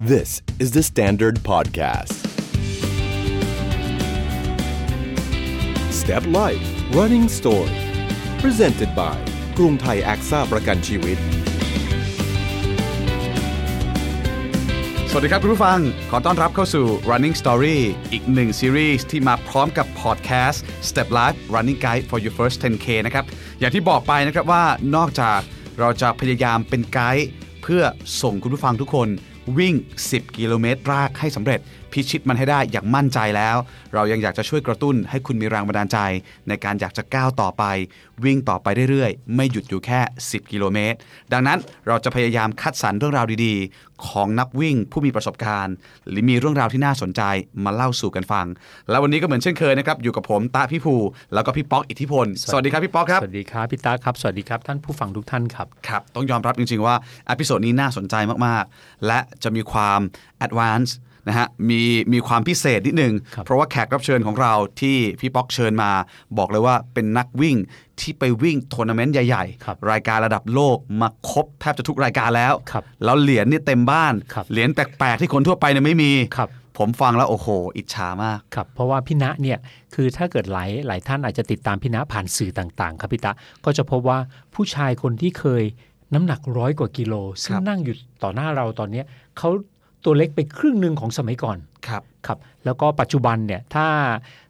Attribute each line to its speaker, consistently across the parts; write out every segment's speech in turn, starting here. Speaker 1: This is the Standard Podcast. Step Life Running Story Presented by กรุงไทยแอคซ่าประกันชีวิต
Speaker 2: สวัสดีครับคุณผู้ฟัง ขอต้อนรับเข้าสู่ Running Story อีกหนึ่งซีรีส์ที่มาพร้อมกับพอดแคสต์ Step Life Running Guide for Your First 10K นะครับ อย่างที่บอกไปนะครับว่านอกจากเราจะพยายามเป็นไกด์เพื่อส่งคุณผู้ฟังทุกคนวิ่ง 10 กิโลเมตรแรกให้สำเร็จ พิชิตมันให้ได้อย่างมั่นใจแล้ว เรายังอยากจะช่วยกระตุ้นให้คุณมีแรงบันดาลใจ ในการอยากจะก้าวต่อไป วิ่งต่อไปเรื่อยๆ ไม่หยุดอยู่แค่ 10 กิโลเมตร ดังนั้นเราจะพยายามคัดสรรเรื่องราวดีๆ ของนักวิ่งผู้มีประสบการณ์ หรือมีเรื่องราวที่น่าสนใจมาเล่าสู่กันฟัง แล้ววันนี้ก็เหมือนเช่นเคยนะครับอยู่กับผมตาพี่ภูแล้วก็พี่ป๊อกอิทธิพล สวัสดีครับพี่ป๊อกครับ
Speaker 3: สวัสดีครับพี่ตาครับ สวัสดีครับท่านผู้ฟังทุกท่านครับ
Speaker 2: ครับ ต้องยอมรับจริง ๆ ว่าอพิโซดนี้น่าสนใจมาก ๆ และจะมีความแอดวานซ์นะฮะ มีมีความพิเศษนิดหนึ่ง
Speaker 3: ครับ
Speaker 2: เพราะว่าแขกรับเชิญของเราที่พี่ป๊อกเชิญมา บอกเลยว่าเป็นนักวิ่งที่ไปวิ่งทัวร์นาเมนต์ใหญ่
Speaker 3: ครับ
Speaker 2: ๆ รายการระดับโลกมาครบแทบจะทุกรายการแล้ว
Speaker 3: ครับ
Speaker 2: แล้วเหรียญนี่เต็มบ้าน
Speaker 3: ครับ
Speaker 2: เหรียญแปลก ๆ ที่คนทั่วไปเนี่ยไม่มี
Speaker 3: ครับ
Speaker 2: ผมฟังแล้วโอ้โห อิจฉามาก
Speaker 3: ครับเพราะว่าพี่ณเนี่ยคือถ้าเกิดหลายหลายท่านอาจจะติดตามพี่ณผ่านสื่อต่างๆ ครับพี่ตาก็จะพบว่าผู้ชายคนที่เคยน้ำหนักร้อยกว่ากิโล ซึ่
Speaker 2: ค
Speaker 3: ง
Speaker 2: รับ
Speaker 3: นั่งอยู่ต่อหน้าเราตอนเนี้ยเขาตัวเล็กไปครึ่งหนึ่งของสมัยก่อน
Speaker 2: ครับ
Speaker 3: ครับแล้วก็ปัจจุบันเนี่ยถ้า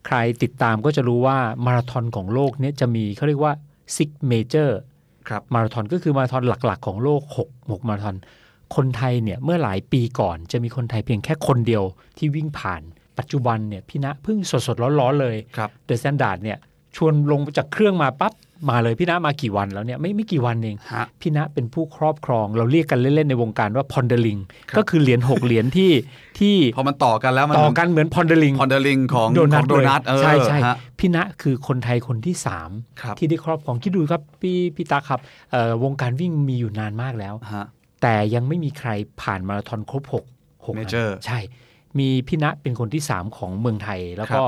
Speaker 3: ใครติดตามก็จะรู้ว่ามาราธอนของโลกเนี่ยจะมีเขาเรียกว่า six major
Speaker 2: ครับ
Speaker 3: มาราธอนก็คือมาราธอนหลักๆ ของโลก6 6มาราธอน คนไทยเนี่ยเมื่อหลายปีก่อนจะมีคนไทยเพียงแค่คนเดียวที่วิ่งผ่าน ปัจจุบันเนี่ยพี่ณะเพิ่งสดๆร้อนๆเลย
Speaker 2: ครับ
Speaker 3: เดอะ t แ n นดาร์ดเนี่ยชวนลงจากเครื่องมาปั๊บมาเลยพี่ณะมากี่วันแล้วเนี่ยไม่ไม่กี่วันเอง
Speaker 2: ฮะ
Speaker 3: พี่ณะเป็นผู้ครอบครองเราเรียกกันเล่น ๆ ในวงการว่าพอนเดลิง
Speaker 2: ครับ
Speaker 3: ก็คือเหรียญหกเหรียญที่ที่
Speaker 2: พอมันต่อกันแล้วมัน
Speaker 3: ต่อกันเหมือนพอนเดลิง
Speaker 2: พอนเดลิงของ
Speaker 3: โดนั
Speaker 2: ขอ
Speaker 3: ท
Speaker 2: งโดนัท
Speaker 3: เลย
Speaker 2: เออ
Speaker 3: ใช่ใช่
Speaker 2: ฮะ
Speaker 3: พี่ณะคือคนไทยคนที่สาม
Speaker 2: ครับ
Speaker 3: ที่ได้ครอบครองคิดดูครับพี่พี่ตาครับเอ่อวงการวิ่งมีอยู่นานมากแล้ว
Speaker 2: ฮะ
Speaker 3: แต่ยังไม่มีใครผ่านมาราธอนครบหกหกอัน
Speaker 2: Major
Speaker 3: ใช่ มีพี่ณะเป็นคนที่สามของเมืองไทย แล้วก็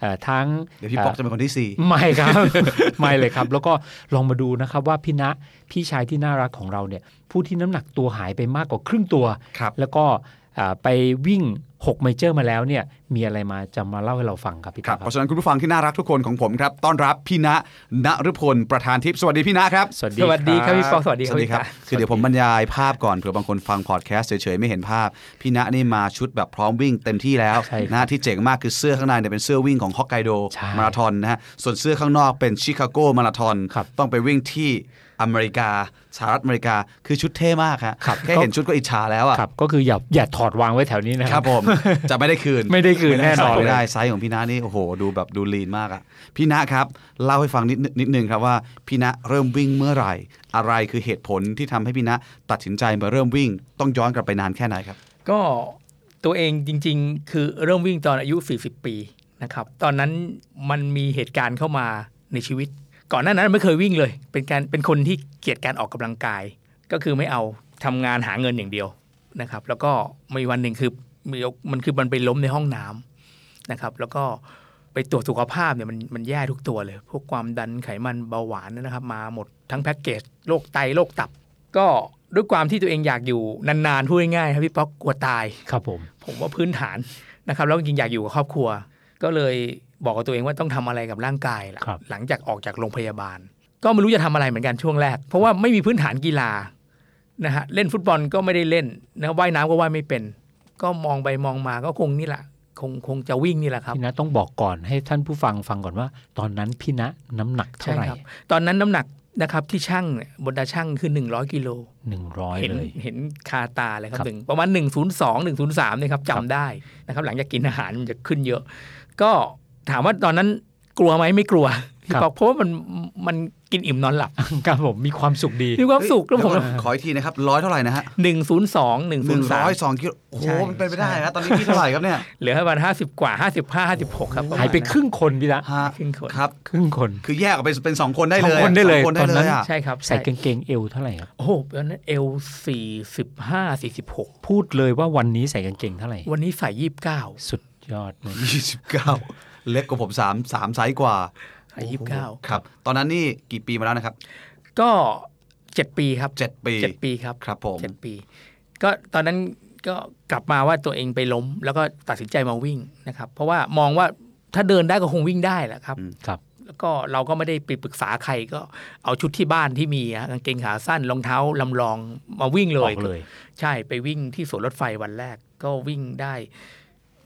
Speaker 3: เอ่อทั้ง
Speaker 2: เดี๋ยวพี่ป๊อกจะเป็นคนที่สี่
Speaker 3: ไม่ ครับ ไม่เลยครับ แล้วก็ลองมาดูนะครับว่าพี่ณะพี่ชายที่น่ารักของเราเนี่ยผู้ที่น้ำหนักตัวหายไปมากกว่าครึ่งตัว
Speaker 2: ครับ
Speaker 3: แล้วก็อ่าไปวิ่ง6ไมเจอร์มาแล้วเนี่ยมีอะไรมาจะมาเล่าให้เราฟังครับพี่
Speaker 2: ครับ
Speaker 3: ตา
Speaker 2: เพ
Speaker 3: ครับ
Speaker 2: ราะฉะนั้นคุณผู้ฟังที่น่ารักทุกคนของผมครับ ต้อนรับพี่ณณรพลประธานทิพย์สวัสดีพี่ณครับ
Speaker 3: สวัสดี
Speaker 4: สวัสดีครับพี่ปองสวัสดี
Speaker 2: ส
Speaker 4: ครับ
Speaker 2: วัสดีครับ
Speaker 4: พี่ตา
Speaker 2: คือเดี๋ยวผมบรรยายภาพก่อนเผื่อบางคนฟังพอดแคสต์เฉยๆไม่เห็นภาพ พี่ณนี่มาชุดแบบพร้อมวิ่งเต็มที่แล้ว
Speaker 3: ใช่ครับ
Speaker 2: นะฮะที่เจ๋งมากคือเสื้อข้างในเนี่ยเป็นเสื้อวิ่งของฮอกไกโด
Speaker 3: ใช่
Speaker 2: มาราธอนนะฮะส่วนเสื้อข้างนอกเป็นชิคาโกมาราธอน
Speaker 3: ครับ
Speaker 2: ต้องไปวิ่งที่อเมริกาสหรัฐอเมริกาคือชุดเท่มากฮะ
Speaker 3: ครับ
Speaker 2: แค่
Speaker 3: ก็
Speaker 2: เห็นชุดก็อิจฉาแล้วอะ
Speaker 3: ครับก็คืออย่าอย่าถอดวางไว้แถวนี้นะ
Speaker 2: ค
Speaker 3: ค
Speaker 2: รั
Speaker 3: รั
Speaker 2: บบ ผมจะไม่ได้คืน
Speaker 3: ไม่ได้คืนแน่นอน
Speaker 2: ไม่
Speaker 3: เล
Speaker 2: ได้
Speaker 3: ย
Speaker 2: ไซส์ของพี่ณะนี่โอ้โห ดูแบบดูลีนมากอะพี่ณะครับ เล่าให้ฟังนิดนิดนึงครับว่าพี่ณะเริ่มวิ่งเมื่อไหร่ อะไรคือเหตุผลที่ทำให้พี่ณะตัดสินใจมาเริ่มวิ่ง ต้องย้อนกลับไปนานแค่ไหนครับ
Speaker 4: ก็ตัวเองจริงๆ คือเริ่มวิ่งตอนอายุ 40 ปีนะครับ ตอนนั้นมันมีเหตุการณ์เข้ามาในชีวิต ก่อนหน้านั้นไม่เคยวิ่งเลย เป็นการเป็นคนที่เกลียดการออกกำลังกาย ก็คือไม่เอาทำงานหาเงินอย่างเดียวนะครับ แล้วก็มีวันหนึ่งคือมีมันคือมันไปล้มในห้องน้ำนะครับ แล้วก็ไปตรวจสุขภาพเนี่ยมันมันแย่ทุกตัวเลย พวกความดันไขมันเบาหวานนะครับ มาหมดทั้งแพ็กเกจโรคไตโรคตับ ก็ด้วยความที่ตัวเองอยากอยู่นานๆพูดง่ายๆครับพี่ป๊อกกลัวตาย
Speaker 3: ครับผม
Speaker 4: ผมว่าพื้นฐานนะครับแล้วจริงๆอยากอยู่กับครอบครัว ก็เลยบอกกับตัวเองว่าต้องทำอะไรกับร่างกายล่ะ
Speaker 3: ครับ
Speaker 4: หลังจากออกจากโรงพยาบาล ก็ไม่รู้จะทำอะไรเหมือนกันช่วงแรก เพราะว่าไม่มีพื้นฐานกีฬานะฮะเล่นฟุตบอลก็ไม่ได้เล่นนะว่ายน้ำก็ว่ายไม่เป็น ก็มองไปมองมาก็คงนี่แหละคงคงจะวิ่งนี่แหละครับ
Speaker 3: พี่ณะต้องบอกก่อนให้ท่านผู้ฟังฟังก่อนว่า ตอนนั้นพี่ณะน้ำหนักเท่าไหร่
Speaker 4: ใช่ครับ ตอนนั้นน้ำหนักนะครับที่ช่างเนี่ยบนตาช่างคือ 100กิโล
Speaker 3: หนึ่งร้อย
Speaker 4: เห็น
Speaker 3: เลย
Speaker 4: เห็นคาตาเลยครั
Speaker 3: ครับ บ
Speaker 4: หนึ่งประมาณ 1 0 2 1 0 3เนี่ยครั
Speaker 3: ครั
Speaker 4: บ
Speaker 3: บ
Speaker 4: จำได้นะครับ หลังจากกินอาหารมันจะขึ้นเยอะ ก็ถามว่าตอนนั้นกลัวไหมไม่กลัวพี่ปอก เพราะว่ามันมันกินอิ่มนอนหลับ
Speaker 3: ครับผมมีความสุขดี
Speaker 4: มีความสุขแล้วผม
Speaker 2: ขออีกทีนะครับร้อยเท่าไหร่นะฮะ
Speaker 4: หนึ่งศูนย์สองหนึ่ง
Speaker 2: ห
Speaker 4: ศู
Speaker 2: นึ่
Speaker 4: น
Speaker 2: ง
Speaker 4: ย์
Speaker 2: ร้
Speaker 4: สาม
Speaker 2: อยสองกิโลโอ้โห
Speaker 4: ใช่
Speaker 2: มันเป็นไปได้นะตอนนี้พี่เท่าไหร่ครับเนี่ย
Speaker 4: เหลือประมาณห้าสิบกว่าห้าสิบห้าห้าสิบหกครับ
Speaker 3: หายไปครึ่งคนพี่ณะ
Speaker 2: ฮะ
Speaker 4: ครึ่งคน
Speaker 2: ครับ
Speaker 3: ครึ่งคน
Speaker 2: คือแยกออกไปเป็นสองคนได้เลย
Speaker 3: สองคนได้เลย
Speaker 2: สองคนได้
Speaker 3: ตอนนั้
Speaker 2: เลย
Speaker 3: น
Speaker 2: อะ
Speaker 4: ใช่ครับ
Speaker 3: ใส่
Speaker 4: ช่
Speaker 3: กางเกงเอวเท่าไหร่ครับ
Speaker 4: โอ้โหตอนนั้นเอลสี่สิบห้าสี่สิบหก
Speaker 3: พูดเลยว่าวันนี้ใส่กางเกงเท่าไหร่
Speaker 4: วันนี้ใส่ยี่สิบเก้า
Speaker 3: สุดยอดเลย
Speaker 2: ยี่สิบเก้าเล็กกว่าผมสามสามไซส์กว่า
Speaker 4: ใส่ยี่สิบเก้า
Speaker 2: ครับ ตอนนั้นนี่กี่ปีมาแล้วนะครับ
Speaker 4: ก็เจ็ดปีครับ
Speaker 2: เจ็ดปี
Speaker 4: เจ็ดปีครับ
Speaker 2: ครับผม
Speaker 4: เจ็ดปี ก็ตอนนั้น ก็กลับมาว่าตัวเองไปล้ม แล้วก็ตัดสินใจมาวิ่งนะครับ เพราะว่ามองว่าถ้าเดินได้ก็คงวิ่งได้แหละครับ
Speaker 3: ครับ
Speaker 4: แล้วก็เราก็ไม่ได้ไปปรึกษาใครก็เอาชุดที่บ้านที่มีฮะกางเกงขาสั้นรองเท้าลำลองมาวิ่งเล
Speaker 3: อย อกเลย
Speaker 4: ใช่ไปวิ่งที่สวนรถไฟวันแรกก็วิ่งได้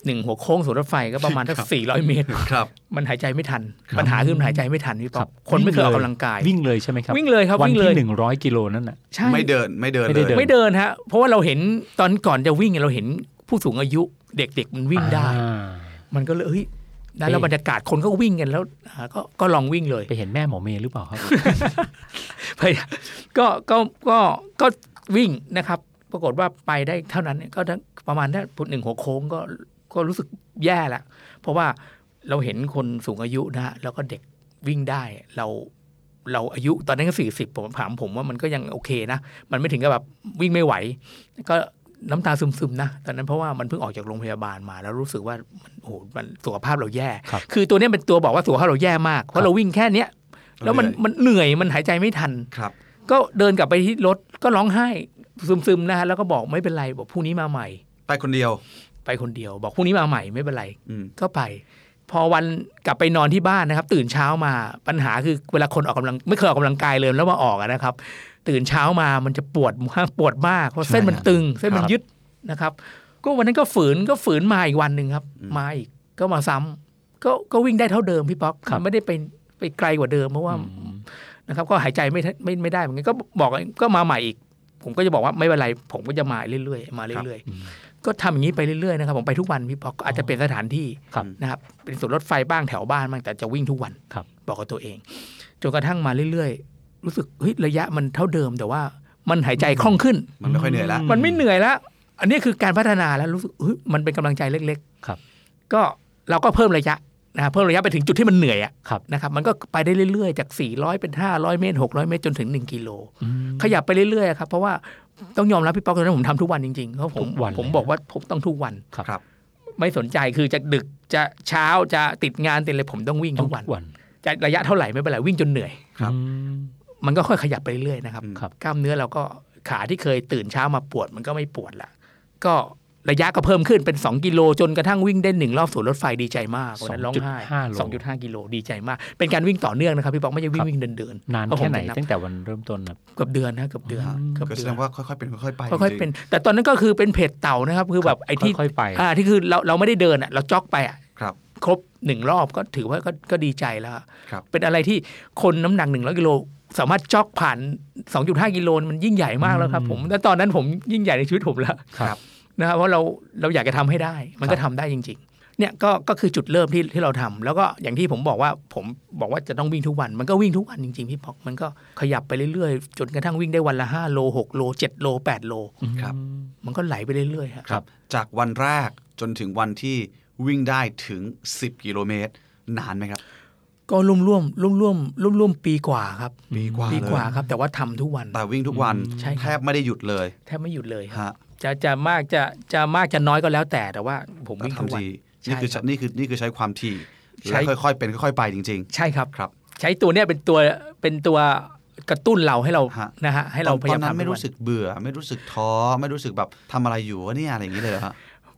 Speaker 4: หนึ่งหัวโค้งสวนรถไฟก็ประมาณสัก
Speaker 2: ครับ
Speaker 4: สี่ร้อยเมตร
Speaker 2: ครับ
Speaker 4: มันหายใจไม่ทัน ปัญหาคือมันหายใจไม่ทันพี่
Speaker 3: ค
Speaker 4: ป๊
Speaker 3: รั
Speaker 4: อบ ปคนไม่เคยออกกำลังกาย
Speaker 3: วิ่งเลยใช่ไหมครับ
Speaker 4: วิ่งเลยครับ
Speaker 3: วัน
Speaker 4: วิ่งเล
Speaker 3: ที่
Speaker 4: ย
Speaker 3: หนึ่งร้อยกิโลนั่นน่ะ
Speaker 4: ใช่
Speaker 2: ไม่เดินไม่เดิน
Speaker 3: ไม่
Speaker 2: เล
Speaker 3: ได้
Speaker 2: ย
Speaker 3: เดิ
Speaker 4: ไม่เดินฮะเพราะว่าเราเห็นตอนก่อนจะวิ่งเนี่ยเราเห็นผู้สูงอายุเด็กๆมันวิ่งได้
Speaker 3: อ่า
Speaker 4: มันก็เลยเฮ้ยได้แล้ว
Speaker 3: เอ๊ะ
Speaker 4: บรรยากาศคนก็วิ่งกันแล้วอ่าก็ก็ลองวิ่งเลย
Speaker 3: ไปเห็นแม่หมอเมย์หรือเปล่าครับ
Speaker 4: พยายาม ก็ก็ก็ก็วิ่งนะครับ ปรากฏว่าไปได้เท่านั้นเนี่ยก็ทั้งประมาณนั้นหนึ่งหัวโค้งก็ก็รู้สึกแย่ละเพราะว่าเราเห็นคนสูงอายุนะฮะแล้วก็เด็กวิ่งได้เราเราอายุตอนนั้นก็สี่สิบผมถามผมว่ามันก็ยังโอเคนะ มันไม่ถึงกับแบบวิ่งไม่ไหว ก็น้ำตาซึมๆนะตอนนั้นเพราะว่ามันเพิ่งออกจากโรงพยาบาลมา แล้วรู้สึกว่ามันโอ้โหมันสุขภาพเราแย่
Speaker 3: ครับ
Speaker 4: คือตัวเนี้ยเป็นตัวบอกว่าสุขภาพเราแย่มาก
Speaker 3: ค
Speaker 4: เพ
Speaker 3: รั
Speaker 4: ราะ
Speaker 3: บ
Speaker 4: เราวิ่งแค่เนี้ยแล้วมัน
Speaker 2: เหนื่อย
Speaker 4: มันเหนื่อยมันหายใจไม่ทัน
Speaker 2: ครับ
Speaker 4: ก็เดินกลับไปที่รถก็ร้องไห้ซึมๆนะฮะแล้วก็บอกไม่เป็นไรบอกพรุ่งนี้มาใหม่
Speaker 2: ไปคนเดียว
Speaker 4: ไปคนเดียว บอกพรุ่งนี้มาใหม่ไม่เป็นไร
Speaker 2: อืม
Speaker 4: ก็ไป พอวันกลับไปนอนที่บ้านนะครับ ตื่นเช้ามาปัญหาคือเวลาคนออกกำลังไม่เคยออกกำลังกายเลยแล้วมาออกอะนะครับ ตื่นเช้ามามันจะปวด มากปวดมากเพราะเส้นมันตึง เส้นมัน
Speaker 3: ครับ
Speaker 4: ยึดนะครับ ก็วันนั้นก็ฝืนก็ฝืนมาอีกวันหนึ่งครับ มาอีกก็มาซ้ำก็ก็วิ่งได้เท่าเดิมพี่ป๊อกมันไม่ได้ไปไปไกลกว่าเดิมเพราะว่า นะครับก็หายใจไม่ทันไม่ไม่ได้เหมือนกันก็บอกก็มาใหม่อีก ผมก็จะบอกว่าไม่เป็นไร ผมก็จะมาเรื่อยๆมาเรื่อย
Speaker 3: อืม
Speaker 4: ๆ ก็ทำอย่างนี้ไปเรื่อยๆนะครับผมไปทุกวันพี่ปอกอาจจะเป็นสถานที่
Speaker 3: ครับ
Speaker 4: นะครับเป็นสวนรถไฟบ้างแถวบ้านบ้างแต่จะวิ่งทุกวัน
Speaker 3: ครับ
Speaker 4: บอกกับตัวเองจนกระทั่งมาเรื่อยๆ รู้สึกเฮ้ยระยะมันเท่าเดิมแต่ว่ามันหายใจคล่องขึ้น
Speaker 2: มันไม่ค่อยเหนื่อยละ
Speaker 3: อืม
Speaker 4: มันไม่เหนื่อยแล้ว อันนี้คือการพัฒนาแล้วรู้สึกเฮ้ยมันเป็นกำลังใจเล็กๆ
Speaker 3: ครับ
Speaker 4: ก็เราก็เพิ่มระยะนะเพิ่มระยะไปถึงจุดที่มันเหนื่อยอะ
Speaker 3: ครับ
Speaker 4: นะครับ มันก็ไปได้เรื่อยๆ จาก 400 เป็น 500 เมตร 600 เมตรจนถึง 1 กิโล
Speaker 3: อืม
Speaker 4: ขยับไปเรื่อยๆครับ เพราะว่าต้องยอมรับพี่ป๊อกตอนนั้นผมทำทุกวันจริงๆเพราะผม
Speaker 3: ทุกวันเลย
Speaker 4: ผมบอกว่าผมต้องทุกวัน
Speaker 3: ครับ
Speaker 2: ครับ
Speaker 4: ไม่สนใจคือจะดึกจะเช้าจะติดงานติดอะไรผมต้องวิ่ง
Speaker 3: ต้อ
Speaker 4: ทุ
Speaker 3: ง
Speaker 4: กวัน
Speaker 3: ทุกวัน
Speaker 4: จะระยะเท่าไหร่ไม่เป็นไรวิ่งจนเหนื่อย
Speaker 2: ครับ
Speaker 3: อืม
Speaker 4: มันก็ค่อยขยับไปเรื่อยๆนะครับ
Speaker 3: ครับ
Speaker 4: กล้ามเนื้อเราก็ขาที่เคยตื่นเช้ามาปวดมันก็ไม่ปวดละก็ระยะก็เพิ่มขึ้นเป็น 2 กิโลจนกระทั่งวิ่งได้หนึ่งรอบสวนรถไฟดีใจมากวันนั้นร้องไห้
Speaker 3: 2.5โล
Speaker 4: สองจุดห้ากิโลดีใจมาก เป็นการวิ่งต่อเนื่องนะครับพี่บอกไม่ใช่วิ่งวิ่งเดินเดิน
Speaker 3: นาน
Speaker 4: เพระผ
Speaker 3: แค่
Speaker 4: ม
Speaker 3: ไหน
Speaker 4: จะบ
Speaker 3: ตั้งแต่วันเริ่มต้นครับ
Speaker 4: เกือบเดือนนะเกือบเดือน
Speaker 2: อ่า
Speaker 4: เกือบ
Speaker 2: ก็แส
Speaker 4: เดื
Speaker 2: ด
Speaker 4: อน
Speaker 2: งว่าค่อยๆเป็นค่อยๆไป
Speaker 4: ค่อยๆเป็น แต่ตอนนั้นก็คือเป็นเพจเต่านะครับ คือแบบไอ้ที่
Speaker 3: ค่อยๆไป
Speaker 4: อ่าที่คือเราเราไม่ได้เดินอ่ะเราจ็อกไปอ่ะ
Speaker 2: ครับ
Speaker 4: ครบหนึ่งรอบก็ถือว่าก็ก็ดีใจแล้วอะ
Speaker 2: ครับ
Speaker 4: เป็นอะไรที่คนน้ำหนักหนึ่งร้อยกิโลสามารถจ็อกผ่าน 2.5 กิโลมันยิ่งใหญ่มากแล้วครับ ผมและตอนนั้นผมยิ่งใหญ่ในชีวิตผมแล้ว
Speaker 2: ครับ
Speaker 4: นะครับเพราะเราเราอยากจะทำให้ได้มัน
Speaker 3: ค
Speaker 4: ก็
Speaker 3: รั
Speaker 4: ทำ
Speaker 3: บ
Speaker 4: ได้จริง ๆ เนี่ยก็ก็คือจุดเริ่มที่ที่เราทำแล้วก็อย่างที่ผมบอกว่าผมบอกว่าจะต้องวิ่งทุกวัน มันก็วิ่งทุกวันจริงๆพี่พอกมันก็ขยับไปเรื่อยๆ จนกระทั่งวิ่งได้วันละ5โล6โล7โล8โล
Speaker 2: ครับ
Speaker 3: อืม
Speaker 4: มันก็ไหลไปเรื่อยๆครับ
Speaker 2: ครับ จากวันแรกจนถึงวันที่วิ่งได้ถึง 10 กิโลเมตร นานไหมครับ
Speaker 4: ก็ร่วมร่วมร่วมร่วมร่วมร่วมๆปีกว่าครับ
Speaker 2: ปีกว่า
Speaker 4: ปี
Speaker 2: เล
Speaker 4: กว่าย ครับ แต่ว่าทำทุกวัน
Speaker 2: แต่วิ่งทุกวัน
Speaker 4: ใช่ครับ
Speaker 2: แทบไม่ได้หยุดเลย
Speaker 4: แทบไม่หยุดเลยครับ
Speaker 2: ฮะ
Speaker 4: จะจะมากจะจะมากจะน้อยก็แล้วแต่แต่ว่าผม
Speaker 2: แต่
Speaker 4: วิ่งทุก
Speaker 2: ทำ
Speaker 4: วัน
Speaker 2: ที
Speaker 4: ใช่
Speaker 2: นี่คือ
Speaker 4: ครับ
Speaker 2: นี่คือนี่คือใช้ความถี่
Speaker 4: ใช้
Speaker 2: และค่อยๆเป็นค่อยๆไปจริง
Speaker 4: ใช่ครับ
Speaker 2: ๆ ครับ
Speaker 4: ใช้ตัวเนี้ยเป็นตัวเป็นตัวกระตุ้นเราให้เรา
Speaker 2: ฮะ
Speaker 4: นะฮะให้เราพยายาม
Speaker 2: ตอนนั้น
Speaker 4: ทำ
Speaker 2: ไม่
Speaker 4: ทุกวัน
Speaker 2: รู้สึกเบื่อ ไม่รู้สึกท้อไม่รู้สึกแบบทำอะไรอยู่วะเนี่ยอะไรอย่างนี้เลยเหรอฮะ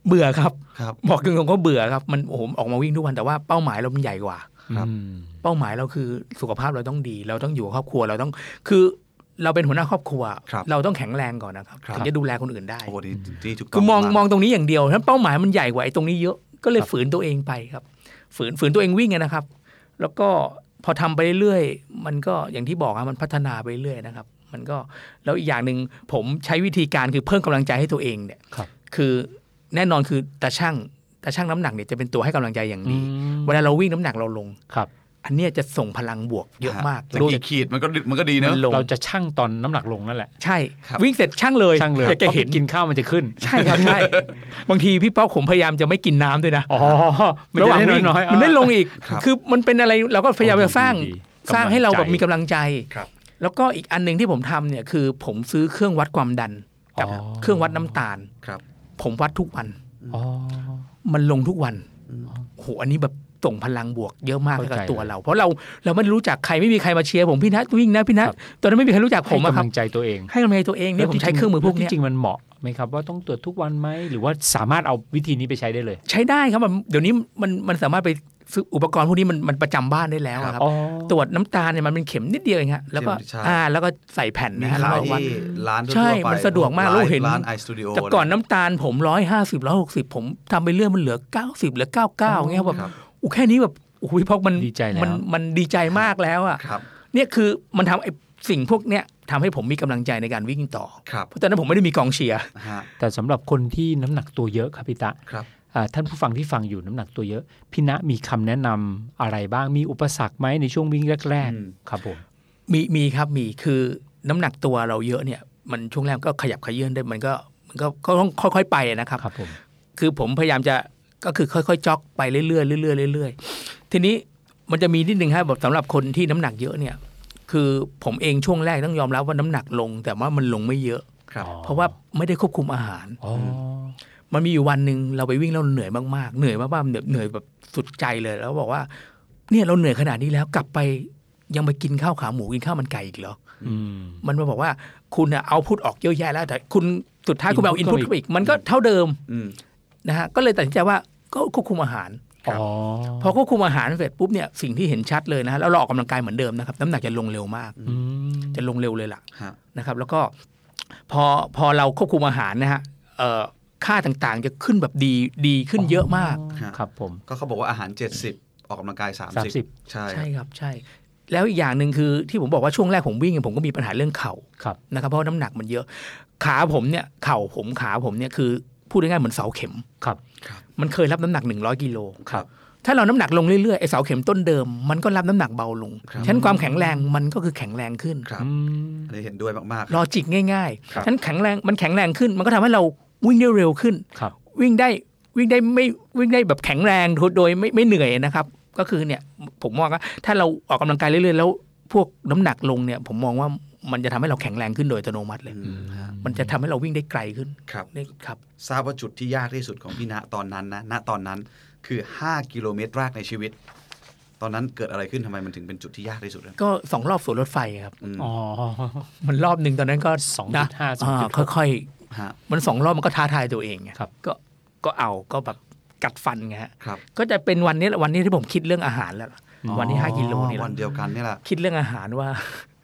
Speaker 4: เบื่อครับ
Speaker 2: ครับ
Speaker 4: บอกตรงๆก็เบื่อครับ มันโอ้โหออกมาวิ่งทุกวันแต่ว่าเป้าหมายเรามันใหญ่กว่า
Speaker 2: ครับ
Speaker 3: อืม
Speaker 4: เป้าหมายเราคือสุขภาพเราต้องดี เราต้องอยู่กับครอบครัวเราต้องคือเราเป็นหัวหน้าครอบครัว
Speaker 2: ครับ
Speaker 4: เราต้องแข็งแรงก่อนนะครับ
Speaker 2: ครับ
Speaker 4: ถึงจะดูแลคนอื่นได้
Speaker 2: โอ้โหนี่นี่ถูกต้
Speaker 4: คือมอง
Speaker 2: าก
Speaker 4: มองตรงนี้อย่างเดียวถ้าเป้าหมายมันใหญ่กว่าไอ้ตรงนี้เยอะก็เลยฝืนตัวเองไปครับ ฝืนฝืนตัวเองวิ่งอะนะครับ แล้วก็พอทำไปเรื่อยๆมันก็อย่างที่บอกอะมันพัฒนาไปเรื่อยนะครับ มันก็แล้วอีกอย่างหนึ่งผมใช้วิธีการคือเพิ่มกำลังใจให้ตัวเองเนี่ย
Speaker 3: ครับ
Speaker 4: คือแน่นอนคือตาช่างตาช่างน้ำหนักเนี่ยจะเป็นตัวให้กำลังใจอย่างดี เวลาเราวิ่งน้ำหนักเราลง
Speaker 3: ครับ
Speaker 4: อันเนี้ยจะส่งพลังบวกเยอะมาก
Speaker 2: แต่กี่ขีดมันก็มันก็ดีเน
Speaker 4: มั
Speaker 2: อะ
Speaker 4: นลง
Speaker 3: เราจะชั่งตอนน้ำหนักลงนั่นแหละ
Speaker 4: ใช่
Speaker 2: ครับ
Speaker 4: วิ่งเสร็จช่างเลย
Speaker 3: ชั่งเลย
Speaker 4: อยากจะเห็น
Speaker 3: พรากินข้าวมันจะขึ้น
Speaker 4: ใช่ครับใช่ บางทีพี่ป๊อกผมพยายามจะไม่กินน้ำด้วยนะ
Speaker 3: อ๋อมัน
Speaker 4: ระ
Speaker 3: จะ
Speaker 4: หว่าง
Speaker 3: ได้
Speaker 4: วิ่ง
Speaker 3: น้อยๆ
Speaker 4: มันได้ลงอีก
Speaker 2: ครับ
Speaker 4: คือมันเป็นอะไรเราก็พยายามจะสร้าง
Speaker 3: ดีดี
Speaker 4: สร้างให้เราแบบมีกำลังใจ
Speaker 2: ครับ
Speaker 4: แล้วก็อีกอันหนึ่งที่ผมทำเนี่ยคือผมซื้อเครื่องวัดความดันกับ
Speaker 3: อ๋อ
Speaker 4: เครื่องวัดน้ำตาล
Speaker 2: ครับ
Speaker 4: ผมวัดทุกวัน
Speaker 3: อ๋อ
Speaker 4: มันลงทุกวัน
Speaker 2: อืม
Speaker 4: โอ้โหอันนี้แบบส่งพลังบวกเยอะมากให้กับ
Speaker 3: เข้าใจ
Speaker 4: ตัวเรา เพราะเราเราไม่รู้จักใครไม่มีใครมาเชียร์ผมพี่นัทวิ่งนะพี่นัทตอนนั้นไม่มีใครรู้จักผม
Speaker 3: ให้
Speaker 4: อะค
Speaker 3: กำ
Speaker 4: รับ
Speaker 3: ลังใจตัวเอง
Speaker 4: ให้กำลังใจตัวเองเนี่ยผมใช้เครื่องมือพวก
Speaker 3: แล้
Speaker 4: เนี้ย
Speaker 3: ที่จริงมันเหมาะ ไหมครับ ว่าต้องตรวจทุกวันไหมหรือว่าสามารถเอาวิธีนี้ไปใช้ได้เลย
Speaker 4: ใช้ได้ครับมันเดี๋ยวนี้มันมันสามารถไปซื้ออุปกรณ์พวกนี้มันมันประจำบ้านได้แล้วอะครับ
Speaker 3: อ๋อ
Speaker 4: ตรวจน้ำตาลเนี่ยมันเป็นเข็มนิดเดียวเองฮะแล้วก็
Speaker 2: เข็มใช่
Speaker 4: อ่าแล้วก็ใส่แผ่น
Speaker 2: มี
Speaker 4: นะฮะแล้
Speaker 2: ขา
Speaker 4: วย ก็วัด
Speaker 2: ที่ร้านทั่วๆ
Speaker 4: ใช่
Speaker 2: ไป
Speaker 4: มันสะดวกมาก
Speaker 2: ร้
Speaker 4: เราเห็น
Speaker 2: ร้านไอสตูดิโอ
Speaker 4: แต่ก่อนน้ำตาลผมร้อยห้าสิบร้อยหกสิบผมทำไปเรื่องมันเหลือเก้าสิบเหลือเก้าเก้าเงี้ยแบบ
Speaker 2: ครับ
Speaker 4: อู้แค่นี้แบบโอ้ยเพราะมัน
Speaker 3: ดีใจแล้ว
Speaker 4: มันมันดีใจมากแล้วอ่ะ
Speaker 2: ครับ
Speaker 4: เนี่ยคือมันทำไอ้สิ่งพวกเนี้ยทำให้ผมมีกำลังใจในการวิ่งต่อ
Speaker 2: ครับ
Speaker 4: เพราะตอนนั้นผมไม่ได้มีกองเชียร์
Speaker 2: ฮะ
Speaker 3: แต่สำหรับคนที่น้ำหนักตัวเยอะครับพี่ตะ
Speaker 2: ครับ
Speaker 3: อ่าท่านผู้ฟังที่ฟังอยู่น้ำหนักตัวเยอะพี่ณะมีคำแนะนำอะไรบ้างมีอุปสรรคไหมในช่วงวิ่งแรก ๆ ครับผม
Speaker 4: มีมีครับมีคือน้ำหนักตัวเราเยอะเนี่ย มันช่วงแรกก็ขยับขยื่นได้มันก็มันก็ก็ต้องค่อย ๆ ไปนะครับ
Speaker 3: ครับผม
Speaker 4: คือผมพยายามจะก็คือค่อยๆจ็อกไปเรื่อยๆเรื่อยๆเรื่อยๆทีนี้มันจะมีนิดหนึ่งฮะแบบสำหรับคนที่น้ำหนักเยอะเนี่ย คือผมเองช่วงแรกต้องยอมรับว่าน้ำหนักลง แต่ว่ามันลงไม่เยอะ
Speaker 2: ครับ
Speaker 4: เพราะว่าไม่ได้ควบคุมอาหาร
Speaker 3: อ๋อ
Speaker 4: มันมีอยู่วันหนึ่งเราไปวิ่งแล้วเหนื่อยมากๆเหนื่อยมากๆเหนื่อยเหนื่อยแบบสุดใจเลยแล้วบอกว่า เนี่ยเราเหนื่อยขนาดนี้แล้วกลับไปยังไปกินข้าวขาหมูกินข้าวมันไก่อีกเหรอ
Speaker 3: อืม
Speaker 4: มันมาบอกว่าคุณน่ะเอาพุทออกเยอะแยะแล้ว แต่คุณสุดท้าย
Speaker 3: Input
Speaker 4: คุณไปเอาอินพุต
Speaker 3: เข้าไปอีก
Speaker 4: เข้าไปอีก มันก็เท่าเดิม
Speaker 2: อืม
Speaker 4: นะฮะก็เลยตัดสินใจว่าก็ควบคุมอาหาร
Speaker 3: อ๋อ
Speaker 4: พอควบคุมอาหารเสร็จปุ๊บเนี่ยสิ่งที่เห็นชัดเลยนะฮะแล้วเราออกกำลังกายเหมือนเดิมนะครับน้ำหนักจะลงเร็วมาก
Speaker 3: อืม
Speaker 4: จะลงเร็วเลยล่ะ
Speaker 2: ฮะ
Speaker 4: นะครับ แล้วก็พอพอเราควบคุมอาหารนะฮะเอ่อค่าต่างๆจะขึ้นแบบดีดีขึ้นเยอะมาก
Speaker 2: ฮะ
Speaker 3: ครับผม
Speaker 2: ก็เขาบอกว่าอาหาร 70 ออกกำลังกาย 30
Speaker 3: 30
Speaker 2: ใช่
Speaker 4: ใช่ครับใช่ แล้วอีกอย่างหนึ่งคือที่ผมบอกว่าช่วงแรกผมวิ่งเนี่ยผมก็มีปัญหาเรื่องเข่า
Speaker 3: ครับ
Speaker 4: นะครับเพราะน้ำหนักมันเยอะ ขาผมเนี่ยเข่าผมขาผมเนี่ยคือพูดง่ายๆเหมือนเสาเข็ม
Speaker 3: ครับ
Speaker 4: มันเคยรับน้ำหนัก 100กิโล
Speaker 3: ครับ
Speaker 4: ถ้าเราน้ำหนักลงเรื่อยๆไอเสาเข็มต้นเดิมมันก็รับน้ำหนักเบาลง
Speaker 2: ครับ
Speaker 4: ฉะนันความแข็งแรงมันก็คือแข็งแรงขึ้น
Speaker 2: ครับ
Speaker 3: อืม
Speaker 2: อันนี้เห็นด้วยมาก
Speaker 4: ลอจิกง่าย
Speaker 2: ครับ
Speaker 4: ๆฉะนันแข็งแรงมันแข็งแรงขึ้น มันก็ทำให้เราวิ่งได้เร็วขึ้น
Speaker 3: ครับ
Speaker 4: วิ่งได้วิ่งได้ไม่วิ่งได้แบบแข็งแรงโดยไม่ไม่เหนื่อยนะครับ ก็คือเนี่ยผมมองว่าถ้าเราออกกำลังกายเรื่อยๆแล้ว พวกน้ำหนักลงเนี่ย ผมมองว่ามันจะทำให้เราแข็งแรงขึ้นโดยอัตโนมัติ
Speaker 2: ๆ
Speaker 4: เลย
Speaker 2: อืมฮะ
Speaker 4: มันจะทำให้เราวิ่งได้ไกลขึ้น
Speaker 2: ครับ
Speaker 4: นี่ครับ
Speaker 2: ทราบว่าจุดที่ยากที่สุดของพี่ณตอนนั้นนะณตอนนั้นคือ 5 กิโลเมตรแรกในชีวิต ตอนนั้นเกิดอะไรขึ้นทำไมมันถึงเป็นจุดที่ยากที่สุดอะ
Speaker 4: ก็สองรอบสวนรถไฟครับ
Speaker 2: อืม
Speaker 3: อ๋อ
Speaker 4: มันรอบหนึ่งตอนนั้นก็
Speaker 3: สองจุ
Speaker 4: นะ
Speaker 3: ดห้าสอง
Speaker 4: อ่า
Speaker 3: จุดหก
Speaker 4: ค่อย
Speaker 2: ฮะ
Speaker 4: ๆ มันสองรอบมันก็ท้าทายตัวเองไง
Speaker 3: ครับ
Speaker 4: ก็ก็เอาก็แบบกัดฟันไงฮะ
Speaker 2: ครับ
Speaker 4: ก็จะเป็นวันนี้แหละวันนี้ที่ผมคิดเรื่องอาหารแล้วล่ะวันที่ห้ากิโลนี่แห
Speaker 2: วั
Speaker 4: ละ
Speaker 2: นเดียวกันนี่แหละ
Speaker 4: คิดเรื่องอาหารว่า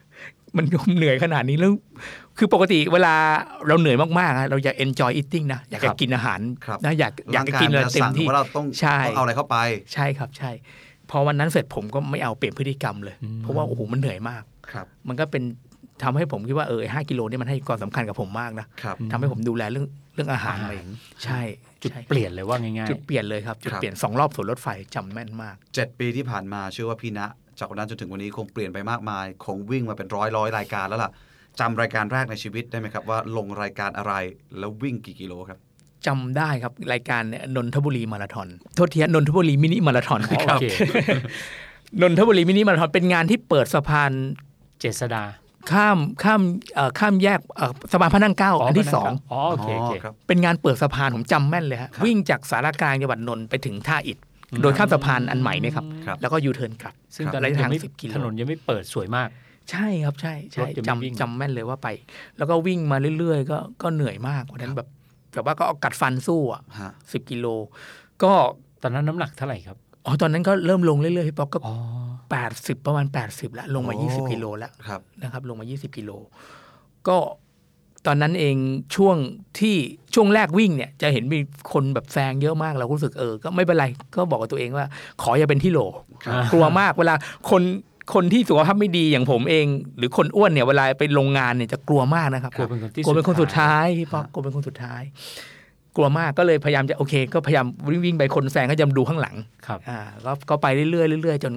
Speaker 4: มันเหนื่อยขนาดนี้แล้วคือปกติเวลาเราเหนื่อยมากๆอะเราอยาก enjoy eating นะอยากจะ
Speaker 3: ครับ
Speaker 4: กินอาหาร
Speaker 2: ครับ
Speaker 4: นะอยากอยากจะกินอะไร
Speaker 2: ร่างกายมั
Speaker 4: เต็ม
Speaker 2: สั่ง
Speaker 4: ที่
Speaker 2: ว่าเราต้อง
Speaker 4: ใช่
Speaker 2: ต้องเอาอะไรเข้าไป
Speaker 4: ใช่ครับใช่ พอวันนั้นเสร็จผมก็ไม่เอาเปลี่ยนพฤติกรรมเลย
Speaker 3: อืม
Speaker 4: เพราะว่าโอ้โหมันเหนื่อยมาก
Speaker 2: ครับ
Speaker 4: มันก็เป็นทำให้ผมคิดว่าเออห้ากิโลเนี่ยมันให้ความสำคัญกับผมมากนะครับ ทำให้ผมดูแลเรื่องเรื่องอาหารไปใช่
Speaker 3: จุด
Speaker 4: ใช่
Speaker 3: เปลี่ยนเลยว่าง่าย
Speaker 4: จุดเปลี่ยนเลยครับ จุด
Speaker 2: ครับ
Speaker 4: เปลี่ยนสองรอบสวนรถไฟจำแม่นมาก
Speaker 2: เจ็ดปีที่ผ่านมาเชื่อว่าพี่ณจากวันนั้นจนถึงวันนี้คงเปลี่ยนไปมากมาย คงวิ่งมาเป็นร้อยร้อยรายการแล้วล่ะจำรายการแรกในชีวิตได้ไหมครับว่าลงรายการอะไรแล้ววิ่งกี่กิโลครับ
Speaker 4: จำได้ครับ รายการเนี่ยนนทบุรีมาราธอนโทษทีฮะนนทบุรีมินิมาราธอน
Speaker 3: อ๋อโอเค
Speaker 4: นนทบุรีมินิมาราธอนเป็นงานที่เปิดสะพาน
Speaker 3: ๆ เจษดา
Speaker 4: ข้ามข้ามเอ่อข้ามแยกเอ่อสะพานพระนั่งเกล้าอันที่สอง
Speaker 3: อ๋อโอเคโอเค
Speaker 2: ครับ
Speaker 4: เป็นงานเปิดสะพานผมจำแม่นเลยฮะ
Speaker 2: ครับ
Speaker 4: วิ่งจากสารกลางจังหวัดนนท์ไปถึงท่าอิฐ
Speaker 3: อืม
Speaker 4: โดยข้ามสะพานอันใหม่เนี่ยครับ
Speaker 2: ครับ
Speaker 4: แล้วก็ยูเทิร์นกลับ
Speaker 3: ซึ่ง
Speaker 4: ครับ
Speaker 3: ตอนนั้น
Speaker 4: ระยะทาง
Speaker 3: ยังไม่
Speaker 4: สิบกิโล
Speaker 3: ถนนยังไม่เปิดสวยมาก
Speaker 4: ใช่ครับใช่ใช่
Speaker 3: รถจะไม่วิ่ง
Speaker 4: จำจำแม่นเลยว่าไป แล้วก็วิ่งมาเรื่อยๆ ก็ก็เหนื่อยมากวันนั้นแบบแต่ว่าก็เอากัดฟันสู้อ่ะ
Speaker 2: ฮะ
Speaker 4: สิบกิโล ก็
Speaker 3: ตอนนั้นน้ำหนักเท่าไหร่ครับ
Speaker 4: อ๋อตอนนั้นก็เริ่มลงเรื่อยๆพี่ป๊อกก็
Speaker 3: อ๋อ
Speaker 4: แปดสิบประมาณแปดสิบละลงมายี่สิบกิโลละ
Speaker 2: ครับ
Speaker 4: นะครับลงมา 20 กิโล ก็ตอนนั้นเองช่วงที่ช่วงแรกวิ่งเนี่ยจะเห็นมีคนแบบแซงเยอะมากเราก็รู้สึกเออ ก็ไม่เป็นไร ก็บอกกับตัวเองว่า ขออย่าเป็นที่โหล
Speaker 2: ครับ
Speaker 4: กลัวมากเวลาคนคนที่สุขภาพไม่ดีอย่างผมเอง หรือคนอ้วนเนี่ยเวลาไปโรงงานเนี่ยจะกลัวมากนะครับ
Speaker 3: กลัวเป็นคนที่
Speaker 4: กลัวเป็นคน
Speaker 3: สุ
Speaker 4: สุ
Speaker 3: ด
Speaker 4: ด
Speaker 3: ท้า
Speaker 4: ท้าย ยพี่ป๊อกกลัวเป็นคนสุดท้าย กลัวมากก็เลยพยายามจะโอเค ก็พยายามวิ่งวิ่งไปคนแซงก็จะดูข้างหลัง
Speaker 3: ครับ
Speaker 4: อ่าก็ก็ไปเรื่อยๆเรื่อยๆจน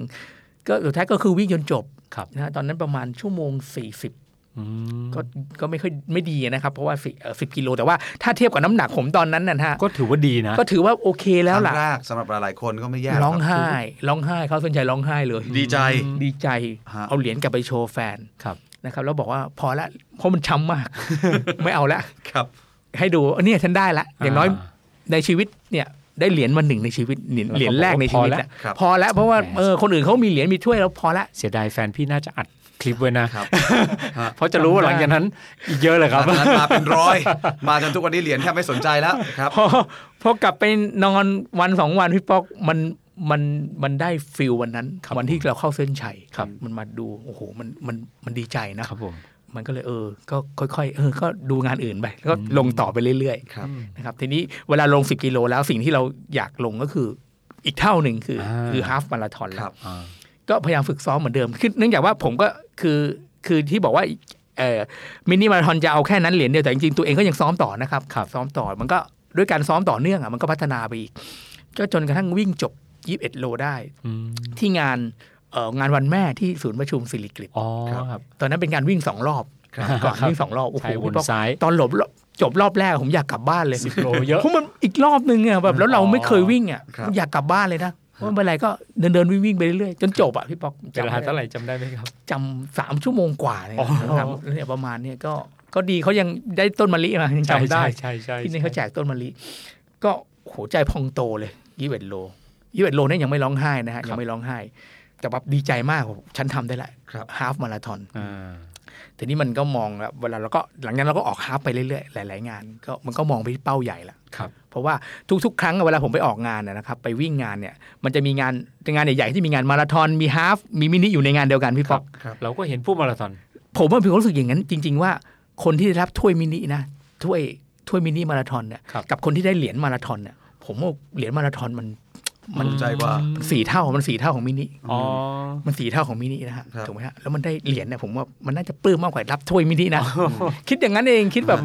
Speaker 4: ก็สุดท้ายก็คือวิ่งจนจบ
Speaker 3: ครับ
Speaker 4: นะตอนนั้นประมาณชั่วโมง 40
Speaker 3: อืม
Speaker 4: ก็ก็ไม่ค่อยไม่ดีนะครับ เพราะว่าสิบกิโลแต่ว่าถ้าเทียบกับน้ำหนักผมตอนนั้นนะฮะ
Speaker 3: ก็ถือว่าดีนะ
Speaker 4: ก็ถือว่าโอเคแล้วล่ะ
Speaker 2: ครั้งแรกสำหรับหลายๆคนก็ไม่แย่
Speaker 4: ร้อง
Speaker 2: ครับ
Speaker 4: ไห้ ร้องไห้เขาสวนใจร้องไห้เลย
Speaker 2: ดีใจ
Speaker 4: ดีใจ
Speaker 2: ฮะ
Speaker 4: เอาเหรียญกลับไปโชว์แฟน
Speaker 3: ครับ
Speaker 4: นะครับ แล้วบอกว่าพอละเพราะมันช้ำมาก ไม่เอาละ
Speaker 2: ครับ
Speaker 4: ให้ดูเนี่ยฉันได้ละอย่างน้อย
Speaker 3: า
Speaker 4: ในชีวิตเนี่ยได้เหรียญมาหนึ่งในชีวิตเหรียญ
Speaker 3: แล้วก็
Speaker 4: เหรียญแรกในชีวิต
Speaker 3: บอกว่า
Speaker 4: น่ะพอแล้วเพราะว่าเออคนอื่นเขามีเหรียญมีถ้วยแล้วพอละ
Speaker 3: เสียดายแฟนพี่น่าจะอัด คลิปไว้นะ
Speaker 2: ครับ
Speaker 3: เพราะจะรู้ว่าหลังจากนั้นอีกเยอะเลยครับ
Speaker 2: ตอนนั้นมาเป็นร้อย มาจนทุกวันนี้เหรียญแทบไม่สนใจแล้วครับ
Speaker 4: พอพอกลับไปนอนวันสองวันพี่ป๊อกมันมันมันได้ฟิลวันนั้น
Speaker 3: ครับ
Speaker 4: วันที่เราเข้าเส้นชัย
Speaker 3: ครับ
Speaker 4: มันมาดูโอ้โหมันมันมันดีใจนะครับ
Speaker 3: ผม
Speaker 4: มันก็เลยเออ ก็ค่อยๆเออก็ดูงานอื่นไปแล้วก็ลงต่อไปเรื่อย
Speaker 2: ครับ
Speaker 4: ๆนะครับทีนี้เวลาลง 10 กิโลแล้วสิ่งที่เราอยากลงก็คืออีกเท่าหนึ่งคืออา คือฮาฟมาราธอน
Speaker 2: ค
Speaker 4: แล้
Speaker 2: รั
Speaker 4: ว
Speaker 2: บ
Speaker 3: อ่า
Speaker 4: ก็พยายามฝึกซ้อมเหมือนเดิมคือเนื่องจากว่าผมก็คือคือที่บอกว่าเอ่อมินิมาราธอนจะเอาแค่นั้นเหรียญเดียวแต่จริงๆตัวเองก็ยังซ้อมต่อนะครับ
Speaker 3: ครับ
Speaker 4: ซ้อมต่อมันก็ด้วยการซ้อมต่อเนื่องอ่ะมันก็พัฒนาไปอีก ก็จนกระทั่งวิ่งจบ 21 โลได้ ที่งานเอ่องานวันแม่ที่ศูนย์ประชุมสิริกิต
Speaker 3: อ๋อ
Speaker 2: ครับ
Speaker 3: ครับ
Speaker 4: ตอนนั้นเป็นการวิ่งสองรอบ
Speaker 2: ครับ
Speaker 4: ก่อน
Speaker 3: ครับ
Speaker 4: วิ่งสองรอบโอ้โห
Speaker 3: ใช่วน
Speaker 4: พี่ป๊อก
Speaker 3: ซ้าย
Speaker 4: ตอนหลบรอบจบรอบแรกผมอยากกลับบ้านเลย
Speaker 3: สิบโลเยอะ
Speaker 4: เพราะมันอีกรอบนึงอ่ะแบบแล้วเราไม่เคยวิ่งอ่ะ
Speaker 2: ครับ
Speaker 4: อยากกลับบ้านเลยนะว่าไม่เป็นไรก็เดินเดินวิ่งวิ่งๆไปเรื่อยๆจนจบอ่ะพี่ป๊อก
Speaker 3: เวลา
Speaker 4: จำ
Speaker 3: เท่าไหร่จำได้ไหมครับ
Speaker 4: จำสามชั่วโมงกว่าเลย
Speaker 3: อ๋อ
Speaker 4: นะครับแล้วเนี่ยประมาณเนี่ยก็ก็ดีเขายังได้ต้นมะลิมายังจำได้
Speaker 3: ใช่ใช่
Speaker 4: ที่นี่เขาแจกต้นมะลิก็โหใจพองโตเลยยี่สิบโลยี่สิบโลเนี่ยยังไม่ร้องไห้นะฮะยังไม่ร้องไห้ แต่แบบดีใจมากโหฉันทำได้ละ
Speaker 2: ครับ
Speaker 4: ฮาฟมาราธอน
Speaker 3: อ่า
Speaker 4: ทีนี้มันก็มองแล้วเวลาเราก็หลังจากนั้นเราก็ออกฮาร์ปไปเรื่อยๆ หลาย ๆ งานก็มันก็มองไปที่เป้าใหญ่ละ
Speaker 3: ครับ
Speaker 4: เพราะว่าทุก ๆ ครั้งเวลาผมไปออกงานนะนะครับ ไปวิ่งงานเนี่ยมันจะมีงานงานใหญ่ๆที่มีงานมาราธอนมีฮาล์ฟมีมินิอยู่ในงานเดียวกันพี่ป๊อก
Speaker 3: บ เราก็เห็นผู้มาราธอน
Speaker 4: ผมว่าผมรู้สึกอย่างนั้น จริง ๆ ว่าคนที่ได้รับถ้วยมินินะถ้วยถ้วยมินิมาราธอนเนี่ย
Speaker 3: ครับ
Speaker 4: กับคนที่ได้เหรียญมาราธอนเนี่ยผมว่าเหรียญมาราธอนมันมัน
Speaker 2: ใจกว่า
Speaker 4: สี่เท่ามันสี่เท่าของมินิ
Speaker 3: อ๋อ
Speaker 4: มันสี่เท่าของมินินะฮะ
Speaker 2: ครับ
Speaker 4: ถูกไหมฮะแล้วมันได้เหรียญเนี่ยผมว่ามันน่าจะปลื้มมากกว่ารับถ้วยมินินะคิดอย่างนั้นเองคิดแบบ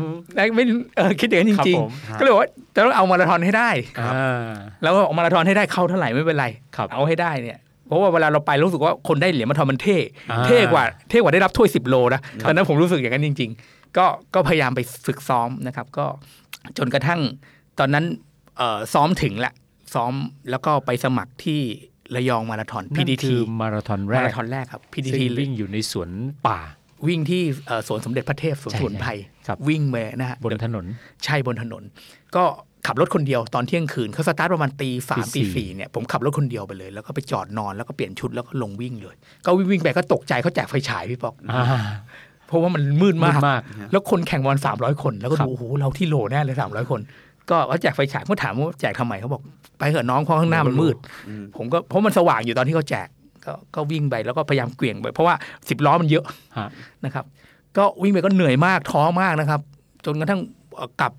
Speaker 4: ไม่เออคิดอย่างนั้นจริ
Speaker 3: ครั
Speaker 4: ง
Speaker 3: บผม
Speaker 4: ๆ ก็เลยบอกว่าจะต้องเอามาราธอนให้ได้
Speaker 3: อ่า
Speaker 4: แล้วก็เอามาราธอนให้ได้เข้าเท่าไหร่ไม่เป็นไร
Speaker 3: ครับ
Speaker 4: เอาให้ได้เนี่ยเพราะว่าเวลาเราไปรู้สึกว่าคนได้เหรียญมาราธอนมันเท่
Speaker 3: อ่า
Speaker 4: เท่กว่าเท่กว่าได้รับถ้วย10โลนะตอนนั้นผมรู้สึกอย่างนั้นจริง ๆ ก็ก็พยายามไปฝึกซ้อมนะครับ ก็จนกระทั่งตอนนั้นเอ่อซ้อมถึงละซ้อมแล้วก็ไปสมัครที่ระยองมาราธอน
Speaker 3: นั่น
Speaker 4: PDT
Speaker 3: คือมาราธอนแร
Speaker 4: มาก ราธอนแรกครับ PDT
Speaker 3: ซึ่ง
Speaker 4: วิ่
Speaker 3: วิ่
Speaker 4: ง
Speaker 3: งอยู่ในสวนป่า
Speaker 4: วิ่งที่เอ่อสวนสมเด็จพระเทพสวน
Speaker 3: ใช่
Speaker 4: สมุนไพร
Speaker 3: ครับ
Speaker 4: วิ่งไปนะฮะ
Speaker 3: บนถนน
Speaker 4: ใช่บนถนน ก็ขับรถคนเดียวตอนเที่ยงคืนเขาสตาร์ทประมาณตีสาม
Speaker 3: ตี
Speaker 4: ตี
Speaker 3: สี่
Speaker 4: สี่เนี่ยผมขับรถคนเดียวไปเลย แล้วก็ไปจอดนอนแล้วก็เปลี่ยนชุดแล้วก็ลงวิ่งเลย ก็วิ่งวิ่งไปก็ตกใจเขาแจกไฟฉายพี่ป๊อก
Speaker 3: อ่า
Speaker 4: เพราะว่ามันมืดมาก
Speaker 3: มาก
Speaker 4: แล้วคนแข่งบอลสามร้อยคน แล้วก็
Speaker 3: ครั
Speaker 4: ดู
Speaker 3: บ
Speaker 4: โอ้โหเราที่โหลแน่เลยสามร้อยคน ก็ว่าแจกไฟฉายเมื่อถามว่าแจกทำไมเขาบอกไปเถอะน้องเพราะข้างหน้ามันมืด
Speaker 2: อืม
Speaker 4: ผมก็เพราะมันสว่างอยู่ตอนที่เขาแจกก็ก็วิ่งไปแล้วก็พยายามเกวี่ยงไปเพราะว่าสิบล้อมันเยอะ
Speaker 3: ฮะ
Speaker 4: นะครับก็วิ่งไปก็เหนื่อยมากท้อมากนะครับ จนกระทั่งเอ่อกลับ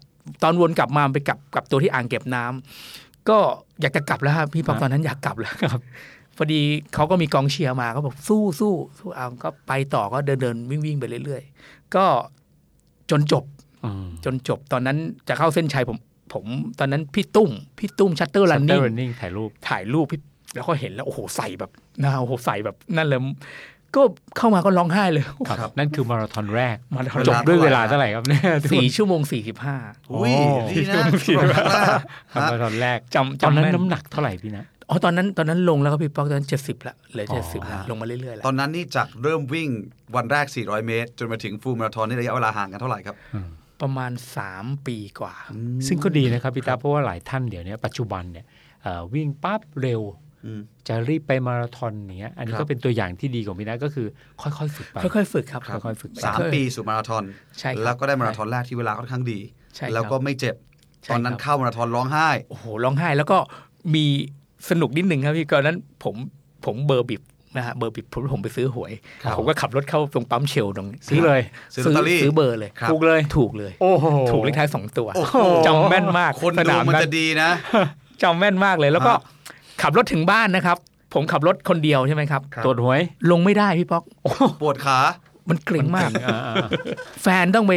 Speaker 4: ตอนวนกลับมาไปกลับกลับตัวที่อ่างเก็บน้ำก็อยากจะกลับแล้วครับพี่ป๊อก
Speaker 3: ครับ
Speaker 4: ตอนนั้นอยากกลับแล้ว
Speaker 3: ครับ
Speaker 4: พอดีเขาก็มีกองเชียร์มาก็บอกสู้สู้สู้เอาก็ไปต่อก็เดินเดินวิ่งวิ่งไปเรื่อยๆ ก็จนจบ
Speaker 3: อืม
Speaker 4: จนจบตอนนั้นจะเข้าเส้นชัยผมผมตอนนั้นพี่ตุ้มพี่ตุ้มชัตเตอร์
Speaker 3: Sunday
Speaker 4: รันนิ่
Speaker 3: running ถ่ายรูป
Speaker 4: ถ่ายรูปพี่แล้วก็เห็นแล้วโอ้โหใส่แบบนะโอ้โหใส่แบบนั่นเลยก็เข้ามาก็ร้องไห้เลย
Speaker 3: ครับ
Speaker 2: ครับ
Speaker 3: นั่นคือมาราธอนแรก
Speaker 4: มาราธอน
Speaker 3: จบด้วย
Speaker 2: เว
Speaker 3: เว
Speaker 2: ลา
Speaker 3: ลา
Speaker 2: เท่า
Speaker 3: เท่า
Speaker 2: ไห
Speaker 3: ไห
Speaker 2: ร่
Speaker 3: ร่ครับเนี่ย
Speaker 4: สี่ชั่วโมงสี่สิบห้า
Speaker 2: อุ้ยดีนะสำหรับครั้งแรก
Speaker 3: มา
Speaker 2: ฮะ
Speaker 3: ราธอนแรก
Speaker 4: จำ
Speaker 3: ตอน
Speaker 4: จำ
Speaker 3: นั้น
Speaker 4: แม่น
Speaker 3: น้ำหนักเท่าไหร่พี่นะ
Speaker 4: อ๋อตอนนั้นตอนนั้นลงแล้วครับพี่ป๊อกตอนนั้นเจ็ดสิบละเหลือ
Speaker 3: อ๋
Speaker 4: เจ็ดสิบ
Speaker 3: อ
Speaker 4: ละลงมาเรื่อยๆละ
Speaker 2: ตอนนั้นนี่จากเริ่มวิ่งวันแรก 400 เมตร จนมาถึงฟูลมาราธอนนี่ระยะเวลาห่างกันเท่าไหร่ครับ
Speaker 4: ประมาณสามปีกว่า
Speaker 3: ซึ่งก็ดีนะครับพี่ตาเพราะว่าหลายท่านเดี๋ยวนี้ปัจจุบันเนี่ยเอ่อวิ่งปั๊บเร็ว
Speaker 2: อืม
Speaker 3: จะรีบไปมาราธอนอย่างเนี้ยอันนี้
Speaker 2: ครั
Speaker 3: ก็
Speaker 2: บ
Speaker 3: เป็นตัวอย่างที่ดีของพี่นะก็คือค่อยๆฝึกไป
Speaker 4: ค่อยๆฝึกครับ
Speaker 2: ครับ
Speaker 3: ค่อยๆฝึกไป
Speaker 2: สามปีสู่มาราธอน
Speaker 4: ใช่ครับ
Speaker 2: แล้วก็ได้มาราธอนแรกที่เวลาค่อนข้างดี
Speaker 4: ใช่ครับ
Speaker 2: แล้วก็ไม่เจ็บ
Speaker 4: ใช่
Speaker 2: ตอนนั้
Speaker 4: คน รับ
Speaker 2: เข้ามาราธอนร้องไห้
Speaker 4: โอ้โหร้องไห้แล้วก็มีสนุกนิดหนึ่งครับพี่ก่อนนั้นผมผมเบอร์บิบนะฮะเบอร์บิบผมผมไปซื้อหวย
Speaker 2: ครับ
Speaker 4: ผมก็ขับรถเข้าตรงปั๊มเชลตรงนี้
Speaker 3: ซื้อเลย
Speaker 2: ซื้อลอตเตอรี่
Speaker 4: ซื้อเบอร์เลย
Speaker 2: ครับ
Speaker 3: ถูกเลย
Speaker 4: ถูกเลย
Speaker 3: โอ้โห
Speaker 4: ถูกเลขท้ายสองตัว
Speaker 2: โอ้โห
Speaker 4: จำแม่นมาก
Speaker 2: คน
Speaker 4: ส
Speaker 2: ดู
Speaker 4: นาม
Speaker 2: มัน
Speaker 4: นั้น
Speaker 2: จะดีนะ
Speaker 4: จำแม่นมากเลยแล้วก็
Speaker 2: ฮะ
Speaker 4: ขับรถถึงบ้านนะครับ ผมขับรถคนเดียวใช่ไหมครับ
Speaker 2: ครับ
Speaker 3: ตรวจหวย
Speaker 4: ลงไม่ได้พี่ป๊อกโอ้โห
Speaker 2: ปวดขา
Speaker 4: มันเกร็งมาก
Speaker 3: อ่าๆ
Speaker 4: แฟนต้องไป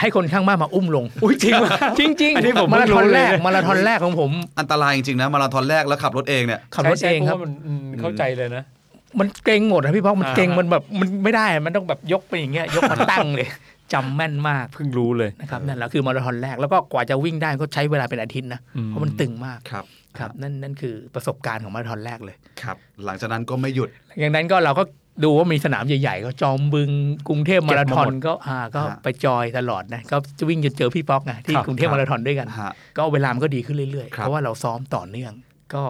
Speaker 4: ให้คนข้างบ้านมาอุ้มลงอุ้ยจริงจริงจริง
Speaker 3: อันนี้ผม
Speaker 4: มาราธอน
Speaker 3: เพิ่งรู้
Speaker 4: แร
Speaker 3: เลย
Speaker 4: กมาราธอนแรกของผม
Speaker 2: อันตรายจริงๆนะ มาราธอนแรกแล้วขับรถเองเนี่ย
Speaker 3: ๆ
Speaker 4: ขับรถ
Speaker 3: ใช่
Speaker 4: เอง
Speaker 3: ๆ
Speaker 4: ครั
Speaker 3: พาะ
Speaker 4: บ
Speaker 3: ว่ามันอืมเข้าใจเลยนะ
Speaker 4: มันเกรงหมดนะพี่ป๊อกมัน
Speaker 3: อ่า
Speaker 4: เกรงมันแบบมันไม่ได้มันต้องแบบยกไปอย่างเงี้ ยยกมาตั้งเลยจำแม่นมาก
Speaker 3: เพิ่งรู้เลย
Speaker 4: นะครับนั่นแหละคือมาราธอนแรกแล้วก็กว่าจะวิ่งได้ก็ใช้เวลาเป็นอาทิตย์นะ
Speaker 3: อืม
Speaker 4: เพราะมันตึงมาก
Speaker 2: ครับ
Speaker 4: ครับนั่นนั่นคือประสบการณ์ของมาราธอนแรกเลย
Speaker 2: ครับ หลังจากนั้นก็ไม่หยุด
Speaker 4: อย่างนั้นก็เราก็ดูว่ามีสนามใหญ่ๆ ก็จอมบึงกรุงเทพมาราธอน
Speaker 3: เก็บมาหมด
Speaker 4: ก็อ่าก็
Speaker 2: ฮะ
Speaker 4: ไปจอยตลอดนะก็จะวิ่งจนเจอพี่ป๊อกไงที่
Speaker 3: ครับ
Speaker 4: กรุงเทพมาราธอนด้วยกัน
Speaker 2: ฮะ
Speaker 4: ก็เวลามันก็ดีขึ้นเรื่อยๆ
Speaker 2: ครับ
Speaker 4: เพราะว่าเราซ้อมต่อเนื่อง ก็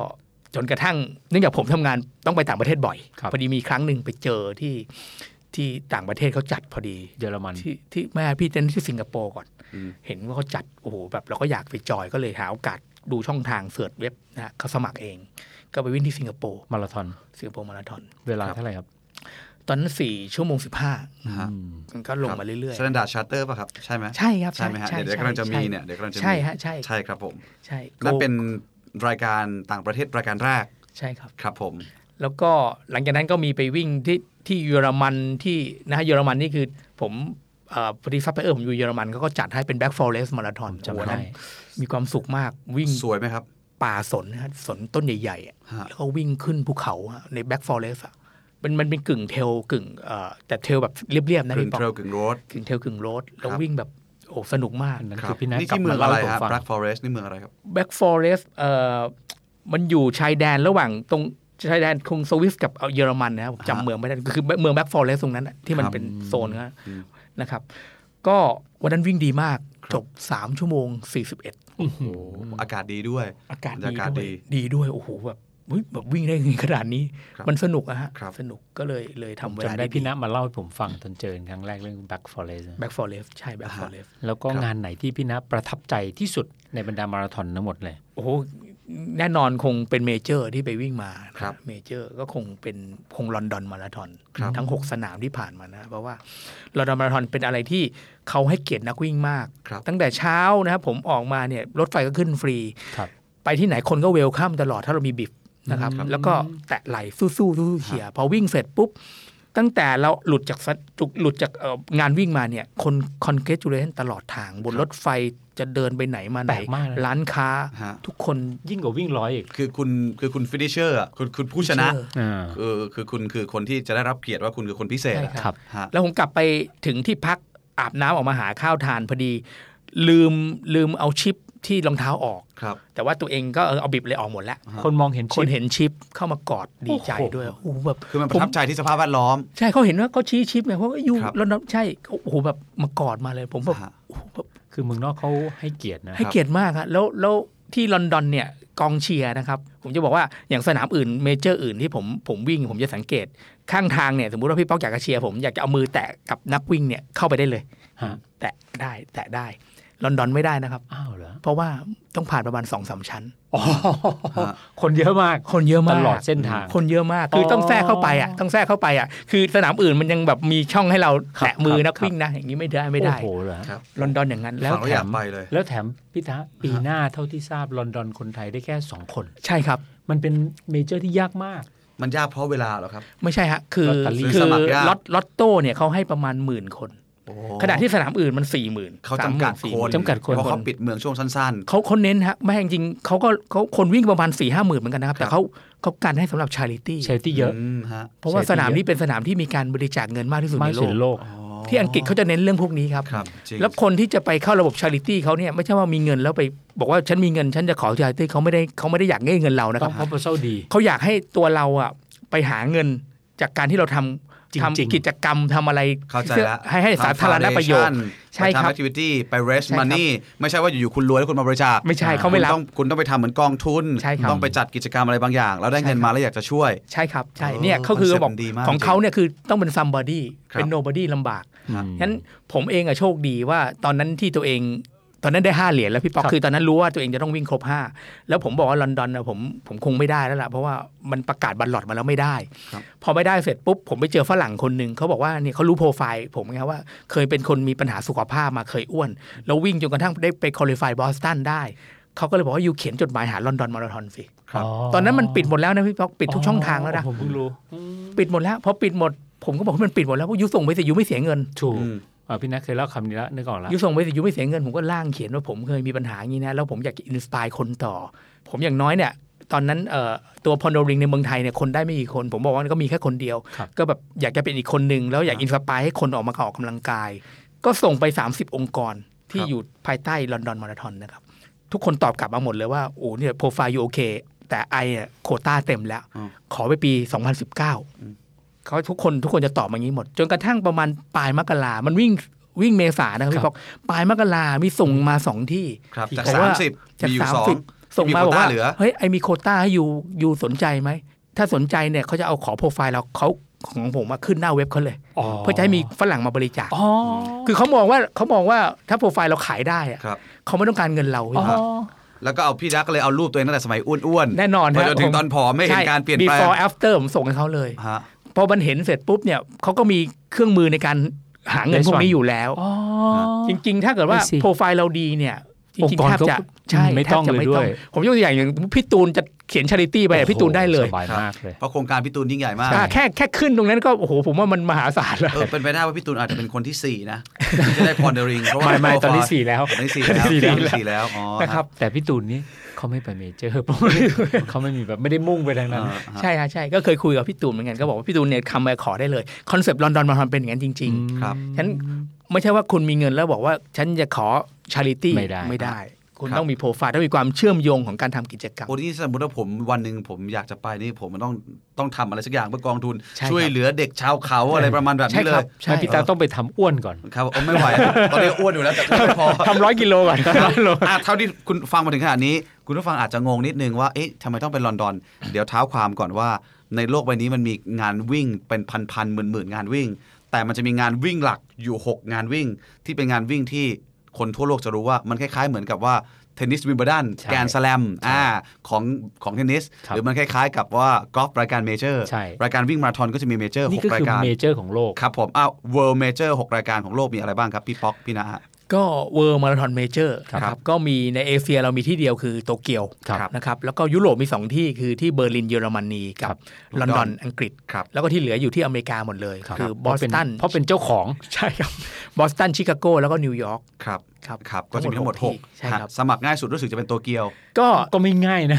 Speaker 4: จนกระทั่งเนื่องจากผมทำงานต้องไปต่างประเทศบ่อย
Speaker 3: ครับ
Speaker 4: พอดีมีครั้งหนึ่งไปเจอที่ ที่ต่างประเทศเขาจัดพอดี
Speaker 3: เยอรมัน
Speaker 4: ที่ที่แม่พี่เต้นที่สิงคโปร์ก่อน
Speaker 2: อืม
Speaker 4: เห็นว่าเขาจัดโอ้โหแบบเราก็อยากไปจอยก็เลยหาโอกาสดูช่องทางเสิร์ชเว็บนะฮะเขาสมัครเอง ก็ไปวิ่งที่สิงคโปร์
Speaker 3: มาราธอน
Speaker 4: สิงคโปร์มาราธอน
Speaker 3: เวลา
Speaker 4: ครับ
Speaker 3: เท่าไหร่ครับ
Speaker 4: ตอนนั้นสี่ชั่วโมงสิบห้า
Speaker 2: นะฮะ
Speaker 3: อืม
Speaker 4: มันก็ลงมาเรื่อย
Speaker 2: สแตนดาร์ดชาร์เตอร์ป่ะครับ ใช่ไหม
Speaker 4: ๆ ใช่ครับ
Speaker 2: ใช่ไหมฮะเดี๋ยวเดี๋ยวกำลังจะมีเนี่ยเดี๋ยวกำลังจะมี
Speaker 4: ใช่ฮะใช่
Speaker 2: ใช่ครับผม
Speaker 4: ใช่
Speaker 2: นั่นเป็นรายการต่างประเทศรายการแรก
Speaker 4: ใช่ครับ
Speaker 2: ครับผม
Speaker 4: แล้วก็หลังจากนั้นก็มีไปวิ่งที่ที่เยอรมันที่นะฮะเยอรมันนี่คือผมเอ่อพอดีซัพพลายเออร์ผมอยู่เยอรมันเขาก็จัดให้เป็นแบ็กฟอเรสต์มาราธอน
Speaker 3: จำ
Speaker 4: นั้
Speaker 3: ได้
Speaker 4: นมีความสุขมากวิ่ง
Speaker 2: สวยไหมครับ
Speaker 4: ป่าสนนะฮะสนต้นใหญ่ๆอะ
Speaker 2: ฮะ
Speaker 4: แล้วก็วิ่งขึ้นภูเขาฮะในแบ็กฟอเรสต์อ่ะมันมันเป็นกึ่งเทรลกึ่งเอ่อแต่เทรลแบบเรียบๆนะ
Speaker 2: กึ่ง
Speaker 4: พี่ปอ
Speaker 2: เทรลกึ่งโรด
Speaker 4: กึ่งเทรลกึ่งโรดแล้ว
Speaker 2: ครับ
Speaker 4: วิ่งแบบโอ้สนุกมาก
Speaker 3: อันนั้น
Speaker 2: ครั
Speaker 3: คื
Speaker 2: บ
Speaker 3: อพี่นัท
Speaker 2: นี่
Speaker 3: กลับ
Speaker 2: ที่เมือ
Speaker 3: มาง เล่า
Speaker 2: อะไร
Speaker 3: ให้ผม
Speaker 2: ฮะ
Speaker 3: ฟัง
Speaker 2: Black Forest นี่เมืองอะไรครับ
Speaker 4: แบ็กฟอเรสต์เอ่อมันอยู่ชายแดนระหว่างตรงชายแดนคงสวิสกับเยอรมันนะครับผม
Speaker 2: ฮะ
Speaker 4: จำเมืองไม่ได้คือเมืองแบ็กฟอเรสต์ตรงนั้นน่ะที่มั
Speaker 2: ค
Speaker 4: น
Speaker 2: รับ
Speaker 4: เป็นโซนนะ
Speaker 2: อืม
Speaker 4: นะครับ ก็วันนั้นวิ่งดีมาก
Speaker 2: ครับ
Speaker 4: จบ 3 ชั่วโมง 41
Speaker 2: โอ้อากาศดีด้วย
Speaker 4: อากาศ
Speaker 2: อา
Speaker 4: ดี
Speaker 2: กาศ
Speaker 4: ด้วย
Speaker 2: ดี
Speaker 4: ดีด้วย โอ้โหแบบเฮ้ยแบบวิ่งได้ไงขนาดนี้
Speaker 2: ครับ
Speaker 4: มันสนุกอะฮะ
Speaker 2: ครับ
Speaker 4: สนุกก็เลยเลยทำเวลา
Speaker 3: จำได้พี่นัทมาเล่าให้ผมฟังตอนเจอกันครั้งแรกเรื่อง Back Forest นะ
Speaker 4: แบ็กฟอเรสต์ใช่แบ็กฟอเรสต์
Speaker 3: แล้วก็
Speaker 2: ครับ
Speaker 3: งานไหนที่พี่นัทประทับใจที่สุดในบรรดามาราธอนทั้งหมดเลย
Speaker 4: โอ้โหแน่นอนคงเป็นเมเจอร์ที่ไปวิ่งมานะครับ เมเจอร์ก็คงเป็นคงลอนดอนมาราธอน
Speaker 2: ครับ
Speaker 4: ทั้ง 6 สนามที่ผ่านมานะ เพราะว่าลอนดอนมาราธอนเป็นอะไรที่เขาให้เกียรตินักวิ่งมาก
Speaker 2: ครับ
Speaker 4: ตั้งแต่เช้านะครับผมออกมาเนี่ยรถไฟก็ขึ้นฟรี
Speaker 3: ครับ
Speaker 4: ไปที่ไหนคนก็เวลคัมตลอดถ้าเรามีบิบนะครับ
Speaker 2: อืม
Speaker 4: แล้วก็แตะไหลสู้ๆสู้ๆเชียร์พอวิ่งเสร็จปุ๊บ ตั้งแต่เราหลุดจากสะจุหลุดจากเอ่องานวิ่งมาเนี่ย คนคอนเกรจูเลชันตลอดทาง บนรถไฟจะเดินไปไหนมาไหน
Speaker 3: แปลกมากนะ
Speaker 4: ร้านค้า
Speaker 2: ฮะ
Speaker 4: ทุกคน
Speaker 3: ยิ่งกว่าวิ่งร้อยอีก
Speaker 2: คือคุณคือคุณฟินิเชอร์คุณคุณผู้ชนะ
Speaker 4: เอ
Speaker 3: อ่า
Speaker 2: คือคือคุณคือคนที่จะได้รับเกียรติว่าคุณคือคนพิเศษอะ
Speaker 3: ครับ
Speaker 2: ฮะ
Speaker 4: แล้วผมกลับไปถึงที่พักอาบน้ำออกมาหาข้าวทานพอดี ลืมลืมเอาชิปที่รองเท้าออก
Speaker 2: ครับ
Speaker 4: แต่ว่าตัวเองก็เออเอาบิบเลยออกหมดแล้ว
Speaker 2: ฮะ
Speaker 3: คนมองเห็น
Speaker 4: คน
Speaker 3: ชิป
Speaker 4: เห็นชิปเข้ามากอดดีใจ
Speaker 3: โอ้โห
Speaker 4: ด้วยโอ้โหแบบ
Speaker 2: คือมันประทับใจที่สภาพแวดล้อม
Speaker 4: ใช่เขาเห็นว่าเขาชี้ชิปไงเพราะว่าอยู่
Speaker 2: ครับ
Speaker 4: แล้วน้ำใช่เขาโอ้โหแบบมากอดมาเลย ผมแบบ
Speaker 2: ฮะ
Speaker 4: โอ้โหแบบ
Speaker 3: คือเมืองนอกเขาให้เกียรตินะ
Speaker 4: ให้เกียรติมากฮะแล้วแล้วที่ลอนดอนเนี่ยกองเชียร์นะครับ ผมจะบอกว่าอย่างสนามอื่นเมเจอร์อื่นที่ผมผมวิ่งผมจะสังเกตข้างทางเนี่ยสมมติว่าพี่ป๊อกอยากจะเชียร์ผมอยากจะเอามือแตะกับนักวิ่งเนี่ยเข้าไปได้เลย
Speaker 3: ฮะ
Speaker 4: แตะได้แตะได้ลอนดอนไม่ได้นะครับ
Speaker 3: อ้าวเหรอ
Speaker 4: เพราะว่าต้องผ่านประมาณสองสามชั้น
Speaker 3: อ๋อคนเยอะมาก
Speaker 4: คนเยอะ
Speaker 3: ต
Speaker 4: มาก
Speaker 3: ลอดเส้นทาง
Speaker 4: คนเยอะมาก คืออ
Speaker 3: อ
Speaker 4: ต้องแทรกเข้าไปอ่ะ ต้องแทรกเข้าไปอ่ะ คือสนามอื่นมันยังแบบมีช่องให้เรา
Speaker 3: ครับ
Speaker 4: แตะมือ
Speaker 3: ครับ
Speaker 4: นักวิ่งนะ อย่างนี้ไม่ได้ไม่ได้
Speaker 3: โอ้โหเหรอ
Speaker 2: ครับ
Speaker 4: ลอนดอนอย่างนั้น
Speaker 2: แล้
Speaker 4: แล้ว ว
Speaker 2: เราอยากไปเลย
Speaker 3: แล้วแถมพี่ทะปีหน้าเท่าที่ทราบลอนดอนคนไทยได้แค่สองคน
Speaker 4: ใช่ครับ
Speaker 3: มันเป็นเมเจอร์ที่ยากมาก
Speaker 2: มันยากเพราะเวลาเหรอครับ
Speaker 4: ไม่ใช่ฮะ คือ
Speaker 3: ลอตเตอรี่
Speaker 4: คื
Speaker 2: ส
Speaker 4: อ
Speaker 2: มัครยาก
Speaker 4: ล็อตล็อตโต้เนี่ยเขาให้ประมาณหมื่นคน
Speaker 2: โอ้
Speaker 4: ขณะที่สนามอื่นมันสี่หมื่น
Speaker 2: เขาจำกัดคน
Speaker 3: จำกัดคน
Speaker 2: เพราะเขาปิดเมืองช่วงสั้น
Speaker 4: เขาเขาเน้นฮะไม่จริงๆเขาก็เขาคนวิ่งประมาณสี่ห้าหมื่นเหมือนกันนะครับ แต่เขาเขากันให้สำหรับชาริตี้
Speaker 3: เชลที่
Speaker 2: ๆ
Speaker 3: เยอะ
Speaker 2: อืมฮะ
Speaker 4: เพราะว่าสนาม
Speaker 3: ใช้ที่เยอะ
Speaker 4: นี้เป็นสนามที่มีการบริจาคเงินมากที่สุด
Speaker 3: มาก
Speaker 4: ใน
Speaker 3: ที่
Speaker 4: โล
Speaker 3: สุด
Speaker 4: ก
Speaker 3: ในโลก
Speaker 4: ที่อังกฤษเขาจะเน้นเรื่องพวกนี้ครับ
Speaker 2: ครับจริง
Speaker 4: แล้วคนที่จะไปเข้าระบบชาริตี้เขาเนี่ยไม่ใช่ว่ามีเงินแล้วไปบอกว่าฉันมีเงินฉันจะขอชาริตี้เขาไม่ได้เขาไม่ได้อยากได้เงินเรานะค
Speaker 3: ต้
Speaker 4: รั
Speaker 3: อบ ง proposal ดี
Speaker 4: เขาอยากให้ตัวเราอ่ะไปหาเงินจากการที่เราทำ
Speaker 3: จริงๆ
Speaker 4: ทำกิจกรรมทำอะไร
Speaker 2: เข้าใจแล้ว
Speaker 4: ให้ให้สาธารณประโยชน์ ใช่
Speaker 2: ใช่ค
Speaker 4: ครั
Speaker 2: รับ
Speaker 4: บ
Speaker 2: activity ไป raise
Speaker 4: ใช่ครับ
Speaker 2: money ไม่ใช่ว่าอยู่ๆคุณรวยแล้วคุณมาบริจาค
Speaker 4: ไม่ใช่เขาไม่รับ
Speaker 2: คุณต้องคุณต้องไปทำเหมือนกองทุน
Speaker 4: ใช่ครับ
Speaker 2: ต้องไปจัดกิจกรรมอะไรบางอย่าง แล้วได้เงิน
Speaker 4: ใช่ครับ
Speaker 2: มาแล้วอยากจะช่วย
Speaker 4: ใช่ครับใช่
Speaker 2: เออ
Speaker 4: เนี่ยเขาคือ
Speaker 2: concept
Speaker 4: บอก
Speaker 2: ดีมาก
Speaker 4: ของเขาเนี่ยคือต้องเป็นซัมบอดี้
Speaker 2: ครับ
Speaker 4: เป็นโนบอดี้ลำบาก
Speaker 2: ฮะ
Speaker 4: งั้นผมเองอะโชคดีว่าตอนนั้นที่ตัวเองตอนนั้นได้ห้าเหรียญแล้วพี่ป๊อกคือตอนนั้นรู้ว่าตัวเองจะต้องวิ่งครบห้าแล้วผมบอกว่าลอนดอนนะผมผมคงไม่ได้แล้วล่ะเพราะว่ามันประกาศบัลลอตมาแล้วไม่ได้
Speaker 2: ครับ
Speaker 4: พอไม่ได้เสร็จปุ๊บผมไปเจอฝรั่งคนหนึ่งเขาบอกว่าเนี่ยเขารู้โปรไฟล์ผมไงว่าเคยเป็นคนมีปัญหาสุขภาพมาเคยอ้วน แล้ววิ่งจนกระทั่งได้ไปคอลิฟายบอสตันได้เขาก็เลยบอกว่าอยู่เขียนจดหมายหาลอนดอนมาราธอนสิ
Speaker 2: ครับ
Speaker 4: ตอนนั้นมันปิดหมดแล้วนะพี่ป๊อกปิดทุกช่องทางแล้วนะ
Speaker 3: ผมเพิ่งรู้
Speaker 4: ปิดหมดแล้วพอปิดหมด ผมก็บอกว่ามันปิดหมดแล้วเพราะยูส่งไปสิยูไม่เสียเงิน
Speaker 3: ถูก
Speaker 2: อืม
Speaker 3: อ่ะพี่นัทเคยเล่าคำนี้แล้วนึกออกแล้ว
Speaker 4: ยูส่งไปสิยูไม่เสียเงินผมก็ล่างเขียนว่าผมเคยมีปัญหาอย่างนี้นะแล้วผมอยากจะอินสปายคนต่อ ผมอย่างน้อยเนี่ย ตอนนั้นเอ่อตัวพอนโดริงในเมืองไทยเนี่ยคนได้ไม่กี่คน ผมบอกว่าก็มีแค่คนเดียว
Speaker 3: ครับ
Speaker 4: ก็แบบอยากจะเป็นอีกคนหนึ่งแล้วอยากอินสปายให้คนออกมาออกกำลังกาย ก็ส่งไป 30 องค์กร
Speaker 2: ค
Speaker 4: ที่
Speaker 2: รับ
Speaker 4: อยู่ภายใต้ลอนดอนมาราธอนนะครับทุกคนตอบกลับมาหมดเลยว่าโอ้เนี่ยโปรไฟล์ยูโอเค แต่ไอเนี่ยโควต้าเต็มแล้ว
Speaker 2: อ๋อ
Speaker 4: ขอไปปี 2019 เขาทุกคนทุกคนจะตอบมาอย่างนี้หมด จนกระทั่งประมาณปลายมกรามันวิ่งวิ่งเมษานะครับ
Speaker 3: ครับ
Speaker 4: พี่บอกปลายมกรามีส่งมาสองที่
Speaker 2: ครับจาก
Speaker 4: เพราะ
Speaker 2: สา
Speaker 4: ว่า
Speaker 2: มสิบ
Speaker 4: จาก
Speaker 2: มีอยู่
Speaker 4: สาม
Speaker 2: สอง
Speaker 4: สิบส่งมา
Speaker 2: มี
Speaker 4: บ
Speaker 2: โค
Speaker 4: อก
Speaker 2: ต้า
Speaker 4: ว่า
Speaker 2: เหลือ
Speaker 4: เฮ้ยไอมีโควต้าให้อยู่อยู่สนใจไหม ถ้าสนใจเนี่ยเขาจะเอาขอโปรไฟล์เราเขา ของผมมาขึ้นหน้าเว็บเขาเลย
Speaker 3: อ๋อ
Speaker 4: เพื่อจะให้มีฝรั่งมาบริจาค
Speaker 3: อ๋อ
Speaker 4: คือเขามองว่าเขามองว่าถ้าโปรไฟล์เราขายได้อะ
Speaker 2: ครับ
Speaker 4: เขาไม่ต้องการเงินเรา
Speaker 3: อ๋อ
Speaker 2: แล้วก็เอาพี่ดักก็เลยเอารูปตัวเองตั้งแต่สมัยอ้วนๆ
Speaker 4: แน่นอน
Speaker 2: พอจนถึง
Speaker 4: ผม
Speaker 2: ตอนผอมไม่เห็น
Speaker 4: ใช่
Speaker 2: การเปลี่ยนแปลง
Speaker 4: before after ผมส่งให้เขาเลย
Speaker 2: ฮะ
Speaker 4: พอมันเห็นเสร็จปุ๊บเนี่ยเขาก็มีเครื่องมือในการหาเงิน
Speaker 3: That's
Speaker 4: พวกนี้
Speaker 3: right
Speaker 4: อยู่แล้ว
Speaker 3: อ๋อ
Speaker 4: จริงๆ ถ้าเกิดว่า
Speaker 3: I see
Speaker 4: โปรไฟล์เราดีเนี่ยจ
Speaker 3: อง
Speaker 4: ริ
Speaker 3: ค์ก
Speaker 4: งๆ
Speaker 3: ร
Speaker 4: แทบจะ
Speaker 3: ก็
Speaker 4: ใช่
Speaker 3: ไม่
Speaker 4: แทบ
Speaker 3: ต้อง
Speaker 4: จะ
Speaker 3: เลย
Speaker 4: ไม่
Speaker 3: ด้
Speaker 4: ต้
Speaker 3: ว
Speaker 4: อง
Speaker 3: ย
Speaker 4: ผมยกตัวอย่างอย่างพี่ตูนจะเขียนชาริตี้ไปอะพี่ตูนได้เลย
Speaker 3: โอ้โหสบายมากเลย
Speaker 2: เพราะโครงการพี่ตูนยิ่งใหญ่มาก
Speaker 4: อ่าแค่แค่ขึ้นตรงนั้นก็โอ้โหผมว่ามันมหาศาลแล้ว
Speaker 2: เออเป็นไปได้ว่าพี่ตูนอาจจะเป็นคนที่สี่ นะที่จะได้พรเดริงเพราะว่า
Speaker 3: ไม่ไม่ตอนนี้สี่แล้ว
Speaker 2: ตอนนี้สี่แล้ว
Speaker 3: สี่แล้ว
Speaker 2: ตอนนี้สี่แล้วอ๋อ
Speaker 4: นะครับ
Speaker 3: แต่พี่ตูนนี่เขาไม่ไปเมเจอร์ เขาไม่มีแบบไม่ได้มุ่งไปทาง
Speaker 2: เอ
Speaker 3: นั้น
Speaker 2: อฮะ
Speaker 4: ใช่ฮะใช่ก็เคยคุยกับพี่ตูนเหมือนกันก็บอกว่าพี่ตูนเนี่ยคำมาขอได้เลยคอนเซปต์ลอนดอนมาทำเป็นอย่างนั้นจริง ๆ
Speaker 2: ครับ
Speaker 3: อืม
Speaker 4: ฉะนันไม่ใช่ว่าคุณมีเงินแล้วบอกว่า ฉันจะขอชาริตี้
Speaker 3: ไม่ได้
Speaker 4: ไม่ได้ คุณ
Speaker 2: ครับ
Speaker 4: ต้องมีโปรไฟล์ต้องมีความเชื่อมโยงของการทำกิจกรรม
Speaker 2: โอ้นี่สมมติว่าผมวันหนึ่งผมอยากจะไปนี่ผมมันต้องต้องทำอะไรสักอย่างเพื่อกองทุน
Speaker 4: ใช่ครับ
Speaker 2: ช่วยเหลือเด็กชาวเขาอะไรประมาณแบบ
Speaker 4: ใช่
Speaker 2: นี้เล
Speaker 4: ครั
Speaker 2: ย
Speaker 4: ใช่
Speaker 3: ไม่พี่ตาต้องไปทำอ้วนก่อน
Speaker 2: ครับโอ้ไม่ไหวตอนนี้อ้วนอยู่แล้วแต่ก็ไม่พอ
Speaker 4: ทำร้อยกิโลก่อน
Speaker 2: อ่ะเท่าที่คุณฟังมาถึงขนาดนี้ คุณผู้ฟังอาจจะงงนิดนึงว่า เอ๊ะทำไมต้องเป็นลอนดอน เดี๋ยวเท้าความก่อนว่า ในโลกใบนี้มันมีงานวิ่งเป็นพันๆหมื่นๆงานวิ่ง แต่มันจะมีงานวิ่งหลักอยู่ 6 งานวิ่ง ที่เป็นงานวิ่งที่คนทั่วโลกจะรู้ว่ามันคล้ายๆเหมือนกับว่าเทนนิสวิมเบิลดัน
Speaker 3: ใช่
Speaker 2: แกรนด์สแลมอ่าของของเทนนิส
Speaker 3: ครั
Speaker 2: ห
Speaker 3: บ
Speaker 2: รือมันคล้ายๆ กับว่ากอล์ฟรายการเมเจอร์
Speaker 3: ใช่
Speaker 2: รายการวิ่งมาราธอนก็จะมีเมเจอร์ห
Speaker 3: นี่
Speaker 2: ก
Speaker 3: ก็
Speaker 2: ราย
Speaker 3: คือ
Speaker 2: การ
Speaker 3: เมเจอร์ของโลก
Speaker 2: ครับผมอ้าวเวิลด์เมเจอร์หกรายการของโลกมีอะไรบ้างครับพี่ป๊อกพี่นะฮะ
Speaker 4: ก็เวิร์มาราธอนเมเจอร์
Speaker 3: ครับ
Speaker 4: ครับก็มีในเอเชียเรามีที่เดียวคือโตเกียว
Speaker 3: ครับ
Speaker 4: นะครับแล้วก็ยุโรปมี 2 ที่คือที่เบอร์ลินเยอรมนีกั
Speaker 3: ครับ บ
Speaker 4: ลอนดอน
Speaker 2: London
Speaker 4: อังกฤษ
Speaker 2: ครับ
Speaker 4: แล้วก็ที่เหลืออยู่ที่อเมริกาหมดเลย
Speaker 3: รับ
Speaker 4: อบ
Speaker 3: เพ
Speaker 4: อ
Speaker 3: ราะ
Speaker 4: ส
Speaker 3: เป็
Speaker 4: ตัน
Speaker 3: เพราะเป็นเจ้าของ
Speaker 4: ใช่ครับบอสตันชิคาโกแล้วก็นิวยอร์ก
Speaker 2: ครับ
Speaker 4: ครับ
Speaker 2: ครับก็จะมีทั้งหมด
Speaker 4: ทั้
Speaker 2: ห
Speaker 4: งหม
Speaker 2: ก
Speaker 4: ดหกที่ใช่ครับ
Speaker 2: สมัครง่ายสุดรู้สึกจะเป็นโตเกียว
Speaker 4: ก็
Speaker 3: ก็ไม่ง่ายนะ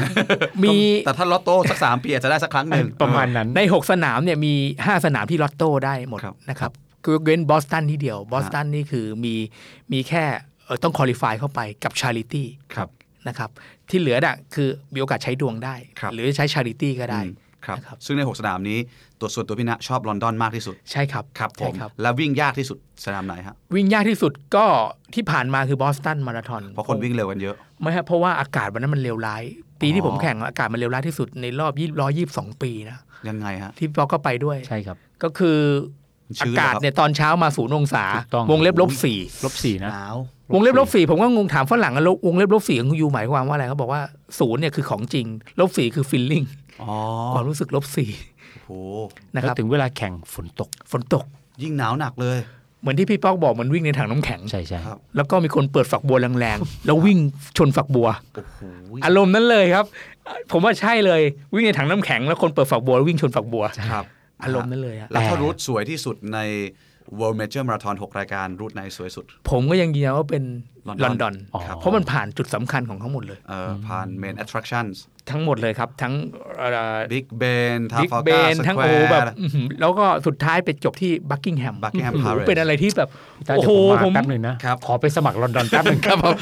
Speaker 4: มี
Speaker 2: แต่ถ้าลอตโต้สักสามปีอาจจะได้สักครั้งหนึ่ง
Speaker 3: ประมาณนั้น
Speaker 4: ใน 6 สนามเนี่ยมี 5 สนามที่ลอตโต้ได้หมด
Speaker 2: ครับ
Speaker 4: นะครับคือเว้นบอสตันที่เดียวบอสตันนี่คือมีมีแค่เอ่อต้องคอลี่ฟายเข้าไปกับชาริตี้
Speaker 2: ครับ
Speaker 4: นะครับที่เหลือน่ะคือมีโอกาสใช้ดวงได้
Speaker 2: ครับ
Speaker 4: หรือใช้ชาริตี้ก็ได้
Speaker 2: อืมครับ
Speaker 4: นะครับ
Speaker 2: ซึ่งใน 6 สนามนี้ตัวส่วนตัวพี่ณชอบลอนดอนมากที่สุด
Speaker 4: ใช่ครับ
Speaker 2: ครับผ
Speaker 4: ใช่
Speaker 2: ม และวิ่งยากที่สุดสนามไหนฮะ
Speaker 4: วิ่งยากที่สุดก็ที่ผ่านมาคือบอสตันมาราธอน
Speaker 2: เพราะคนวิ่งเร็วกันเยอะ
Speaker 4: ไม่ฮะเพราะว่าอากาศวันนั้นมันเลวร้าย ปีที่
Speaker 2: อ๋อ
Speaker 4: ผมแข่งอะอากาศมันเลวร้ายที่สุดในรอบยี่ร้อยยี่สิบสองปีนะ
Speaker 2: ยังไงฮะ
Speaker 4: ที่ปอก็ไปด้วย
Speaker 3: ใช่ครับ
Speaker 4: ก็คือ
Speaker 2: ชื้อ
Speaker 4: อา
Speaker 2: เหรอครับ
Speaker 4: กาศเนี่ยตอนเช้ามาศูนย์องศา
Speaker 3: ถูกต้อง
Speaker 4: วงเล็บลบสี่
Speaker 3: ลบสี่นะ
Speaker 2: หนาว
Speaker 4: วงเล็บลบสี่ผมก็งงถามฝรั่งอะลบวงเล็บลบสี่ของยูหมายความว่าอะไรเขาบอกว่าศูนย์เนี่ยคือของจริง ลบสี่คือฟิลลิ่ง
Speaker 2: อ๋อ
Speaker 4: ความรู้สึกลบสี่
Speaker 2: โอ้โห
Speaker 4: นะค
Speaker 3: แล้
Speaker 4: รับ
Speaker 3: วถึงเวลาแข่งฝนตก
Speaker 4: ฝนตก
Speaker 2: ยิ่งหนาวหนักเลย
Speaker 4: เหมือนที่พี่ป๊อกบอกเหมันวิ่งในถังน้ำแข็ง
Speaker 3: ใช่ใช่
Speaker 2: ครับ
Speaker 4: แล้วก็มีคนเปิดฝักบัวแรงๆ แล้ววิ่งชนฝักบัว
Speaker 2: โอ้โห
Speaker 4: อารมณ์นั้นเลยครับ ผมว่าใช่เลยวิ่งในถังน้ำแข็งแล้วคนเปิดฝักบัวแล้ววิ่งชนฝักบัว
Speaker 2: ครับ
Speaker 4: อารมณ์นั้นเลยอะ
Speaker 2: แล้วถ้า
Speaker 3: แต่
Speaker 2: รูทสวยที่สุดใน World Major Marathon 6 รายการรูทไหนสวยสุด
Speaker 4: ผมก็ยังยืนยันว่าเป็นลอนดอน
Speaker 3: อ๋อ
Speaker 4: เพราะมันผ่านจุดสำคัญของทั้งหมดเลย
Speaker 2: เอ่อผ่าน Main Attractions
Speaker 4: ทั้งหมดเลยครับ ทั้งเอ่อ
Speaker 2: Big Ben
Speaker 4: บิ๊กเบ
Speaker 2: Trafalgar
Speaker 4: นทั้งโอ
Speaker 2: Square
Speaker 4: แบบอื้อหือแล้วก็สุดท้ายไปจบที่บักกิงแฮม
Speaker 2: Buckingham
Speaker 4: โอ้โห
Speaker 2: Palace
Speaker 4: เป็นอะไรที่แบบ
Speaker 3: พี่ตา
Speaker 4: โอ้
Speaker 3: เดี๋ยวผม
Speaker 4: โห
Speaker 3: มา
Speaker 4: ผม
Speaker 3: แป๊บหนึ่งนะครับ ขอไปสมัครลอนดอนแป๊บหนึ่ง
Speaker 2: ครับผม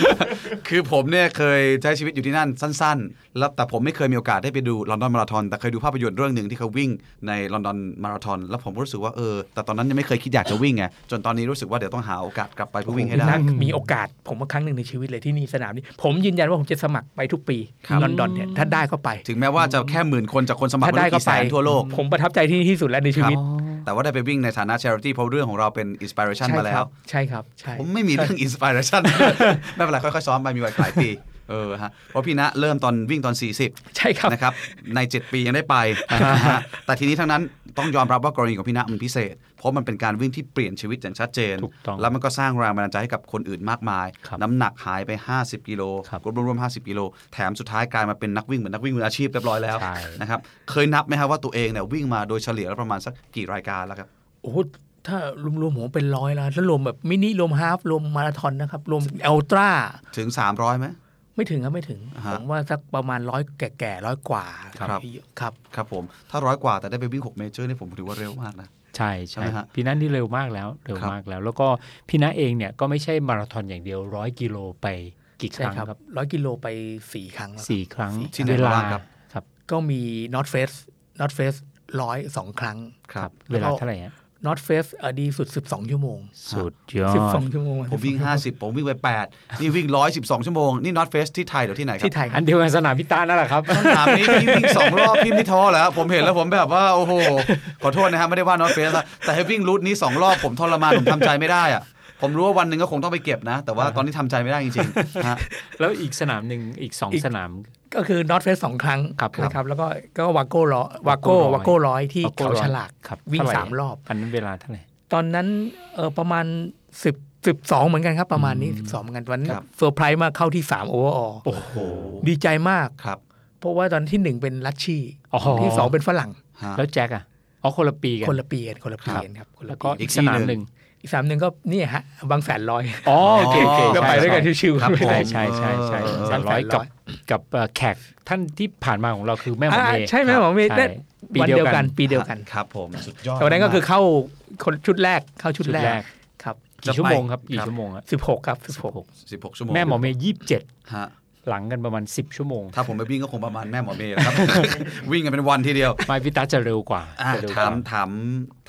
Speaker 2: คือผมเนี่ยเคยใช้ชีวิตอยู่ที่นั่นสั้นๆ แล้วแต่ผมไม่เคยมีโอกาสได้ไปดูลอนดอนมาราธอนแต่เคยดูภาพยนตร์เรื่องหนึ่งที่เขาวิ่งในลอนดอนมาราธอนแล้วผมก็รู้สึกว่าเออ แต่ตอนนั้นยังไม่เคยคิดอยากจะวิ่งไงจนตอนนี้รู้สึกว่าเดี๋ยวต้องหาโอกาสกลับไปเพื่อวิ่งให้ได้
Speaker 4: นั่งมีโอกาสผมว่าครั้งหนึ่งในชีวิตเลยที่นี่สนามนี้ ผมยืนยันว่าผมจะสมัครไปทุกปี
Speaker 2: ครับ
Speaker 4: ลอนดอนเนี่ยถ้าได้ก็ไป
Speaker 2: ถึงแม้ว่าจะแค่หมื่นคนจากคนสมัคร
Speaker 4: ถ้าได้
Speaker 2: ม่รู้
Speaker 4: ก็
Speaker 2: กี่
Speaker 4: ไป
Speaker 2: แสนทั่วโลก
Speaker 4: ผมประทับใจที่นี่ที่สุดแล้วในชีวิต
Speaker 2: แต่ว่าได้ไปวิ่งในฐานะ charity เพราะเรื่องของเราเป็น inspiration มา
Speaker 4: ค
Speaker 2: แล้
Speaker 4: รั
Speaker 2: ว
Speaker 4: ใช่ครับใช่
Speaker 2: ผมไม่มีเรื่อง inspiration ไม่เป็นไรค่อยๆซ้อมไปมีไว้หลายปีเออฮะเพราะพี่ณเริ่มตอนวิ่งตอน 40
Speaker 4: ใช่ครับ
Speaker 2: นะครับใน 7 ปียังได้ไปนะฮะแต่ทีนี้ทั้งนั้นต้องยอมรับว่ากรณีของพี่ณมันพิเศษ เพราะมันเป็นการวิ่งที่เปลี่ยนชีวิตอย่างชัดเจน
Speaker 3: ถูกต้อง
Speaker 2: แล้วมันก็สร้างแรงบันดาลใจให้กับคนอื่นมากมาย
Speaker 3: ครับ
Speaker 2: น้ำหนักหายไป 50 กิโล
Speaker 3: ครับ
Speaker 2: รวมๆ50 กิโล แถมสุดท้ายกลายมาเป็นนักวิ่งเหมือนนักวิ่งมืออาชีพเรียบร้อยแล้ว
Speaker 3: ใช่
Speaker 2: นะครับเคยนับไหมครับว่าตัวเองเนี่ยวิ่งมาโดยเฉลี่ยแล้วประมาณสักกี่รายการแล้วครับ
Speaker 4: โอ้โหถ้ารวมๆผมเป็นร้อยแล้วถ้ารวมแบบมินิรวมฮาล์ฟรวมมาราธอนนะครับรวมอัลตร้า
Speaker 2: ถึง 300ไหม
Speaker 4: ไม่ถึงครับไม่ถึง
Speaker 2: อ่าฮะ
Speaker 4: ผมว่าสักประมาณร้อยแก่ๆร้อยกว่า
Speaker 2: ครับ
Speaker 4: ครับ
Speaker 2: ครับผมถ้าร้อยกว่าแต่ได้ไปวิ่ง6เมเจอร์นี่ผมถือว่าเร็วมากนะ
Speaker 3: ใช่
Speaker 2: ใช่
Speaker 3: ใช่
Speaker 2: ไหมฮะ
Speaker 3: พี่นัทนี่เร็วมากแล้วเร็ว
Speaker 2: ครับ
Speaker 3: มากแล้ว แล้วก็พี่นัทเองเนี่ยก็ไม่ใช่มาราธอนอย่างเดียวร้อยกิโลไปกี่ค
Speaker 4: ใช่
Speaker 3: รั้ง
Speaker 4: ครับ
Speaker 3: ครับ
Speaker 4: ร้อยกิโลไปสี่ครั้งแล้ว
Speaker 3: สี่ครั้ง
Speaker 2: ที่ไหน
Speaker 3: เวลา
Speaker 2: บ้างครับ
Speaker 3: ครับ
Speaker 4: ก็มี North Face North Face ร้อยสองครั้ง
Speaker 3: เวลาเท่าไหร่ฮะ
Speaker 4: นอตเฟสดีสุด 12 ชั่วโมง
Speaker 3: สุดยอด
Speaker 4: 12 ชั่วโมง
Speaker 2: ผมวิ่ง 50 ผมวิ่งไป 8 นี่วิ่ง 112 ชั่วโมง นี่นอตเฟสที่ไทยหรือที่ไหนครั
Speaker 4: ที่
Speaker 2: บ
Speaker 4: ไทยค
Speaker 3: อั
Speaker 4: รับ
Speaker 3: นเดียวกันสนามพิตานั่นแหละครับ
Speaker 2: คำถามนี้พี่วิ่งสองรอบพี่ไม่ท้อแล้ว ผมเห็นแล้วผมแบบว่า โอ้โห ขอโทษนะครับไม่ได้ว่านอตเฟสแต่ให้วิ่งรูทนี้ 2 รอบผมทรมานผมทำใจไม่ได้อะผมรู้ว่าวันหนึ่งก็คงต้องไปเก็บนะ แต่ว่าตอนนี้ทำใจไม่ได้จริงๆฮะ
Speaker 3: แล้วอีกสนามหนึ่งอีกสองสนาม
Speaker 4: ก็คือนอตเฟสสองครั้ง
Speaker 3: ครับผม
Speaker 4: นะครับแล้วก็ก็วาโก้ร้อยวา
Speaker 3: Waco
Speaker 4: โก้
Speaker 3: 100
Speaker 4: วาโก้ร้อยที่
Speaker 3: Waco
Speaker 4: เขา
Speaker 3: 100
Speaker 4: ฉลาก
Speaker 3: ครับ
Speaker 4: วิ่ง
Speaker 3: เท่ไห
Speaker 4: สามรอบ
Speaker 3: อันนั้นเวลาเท่าไหร่
Speaker 4: ตอนนั้นเออประมาณ 10 12 เหมือนกันครับ ประมาณนี้ 12 เหมือนกันวันนั้น
Speaker 2: ครับ
Speaker 4: เซอร์ไพรส์มากเข้าที่3โอเวอร์ออ
Speaker 3: โอ้โห
Speaker 4: ดีใจมาก
Speaker 2: ครับ
Speaker 4: เพราะว่าตอนที่หนึ่งเป็นลัชชี่
Speaker 3: อ๋อ
Speaker 4: ที่สองเป็นฝรั่ง
Speaker 2: ฮะ
Speaker 3: แล้วแจ็คอะอ๋อคนละปีกัน
Speaker 4: คนละปีกันคนละปีกันครับคนละ
Speaker 3: แล้ว
Speaker 4: ปี
Speaker 3: ก็
Speaker 4: กัน
Speaker 3: อีกสนามหนึ่ง
Speaker 4: อีกสามหนึ่งก็นี่ฮะบางแสนร้อย
Speaker 3: อ๋อโอเคโอเค
Speaker 4: ก็ไปด้วยกัน
Speaker 3: ใช่
Speaker 4: ชิวๆ
Speaker 2: ครับ
Speaker 4: ไม่เป็นไร
Speaker 3: ใช่ใช่ใช่ใช่
Speaker 4: เออ
Speaker 3: ใช่สามร้อยกับกับเอ่อแขกท่านที่ผ่านมาของเราคือแม่หมอ
Speaker 4: อ่า
Speaker 3: เมย์
Speaker 4: ใช่ไหมหมอเมย์
Speaker 3: ใช่
Speaker 4: ได้
Speaker 3: ปี
Speaker 4: วัน
Speaker 3: เดี
Speaker 4: เดี
Speaker 3: ย
Speaker 4: ยวว
Speaker 3: กั
Speaker 4: กัน นปีเดียวกัน
Speaker 2: ครับผมสุดยอด
Speaker 4: แต่วันนั้นก็คือเข้าคนชุดแรกเข้าชุด
Speaker 3: ชุด
Speaker 4: แร
Speaker 3: แร
Speaker 4: ก
Speaker 3: ก
Speaker 4: ครับ
Speaker 3: กี่ชั่วโมงครับ
Speaker 2: ครับ
Speaker 3: กี่ชั่วโมงอะ
Speaker 4: สิบหกครับสิบหก
Speaker 2: 16 ชั่วโมง
Speaker 3: แม่หมอเมย์ยี่สิบเจ็ด
Speaker 2: ฮะ
Speaker 3: หลังกันประมาณสิบชั่วโมง
Speaker 2: ถ้าผมไปวิ่งก็คงประมาณแม่หมอเมย์แหละครับ วิ่งกันเป็นวันทีเดียว
Speaker 3: ไม่พิตาจะเร็วกว่า
Speaker 2: อ่ะ
Speaker 3: จะเร็วก
Speaker 2: ถาม
Speaker 3: ว่า
Speaker 2: ถาม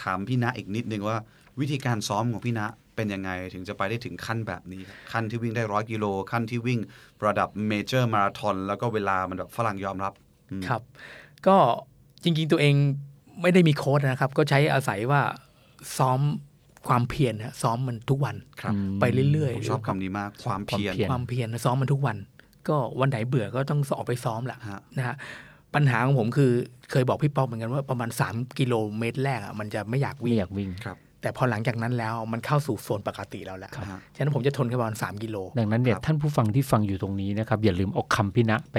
Speaker 2: ถามพี่ณอีกนิดนึงว่า วิธีการซ้อมของพี่ณเป็นยังไงถึงจะไปได้ถึงขั้นแบบนี้ครับขั้นที่วิ่งได้ร้อยกิโลขั้นที่วิ่งระดับเมเจอร์มาราธอนแล้วก็เวลามันแบบฝรั่งยอมรับอืม
Speaker 4: ครับ ก็จริงๆตัวเองไม่ได้มีโค้ดนะครับ ก็ใช้อาศัยว่าซ้อมความเพียรฮะซ้อมมันทุกวัน
Speaker 2: ครับ
Speaker 3: อืม
Speaker 4: ไปเรื่อย
Speaker 2: ผม
Speaker 4: ๆ
Speaker 2: ชอบคำนี้มากความเพียร
Speaker 3: ความเพียร
Speaker 4: ความเพียรซ้อมมันทุกวัน ก็วันไหนเบื่อก็ต้องออกไปซ้อมแหละ
Speaker 2: ฮะ
Speaker 4: นะฮะปัญหาของผมคือเคยบอกพี่ป๊อกเหมือนกันว่าประมาณ 3 กิโลเมตรแรกอะมันจะไม่อยาก
Speaker 3: ไม่
Speaker 4: วิ่ง
Speaker 3: อยากวิ่ง
Speaker 4: แต่พอหลังจากนั้นแล้วมันเข้าสู่โซนปกติแล้วแหละ
Speaker 2: ครับ
Speaker 4: ฉะนั้นผมจะทนแค่ประมาณสามกิโล
Speaker 3: ดังนั้นเนี่ยท่านผู้ฟังที่ฟังอยู่ตรงนี้นะครับ อย่าลืมเอาคำพินะไป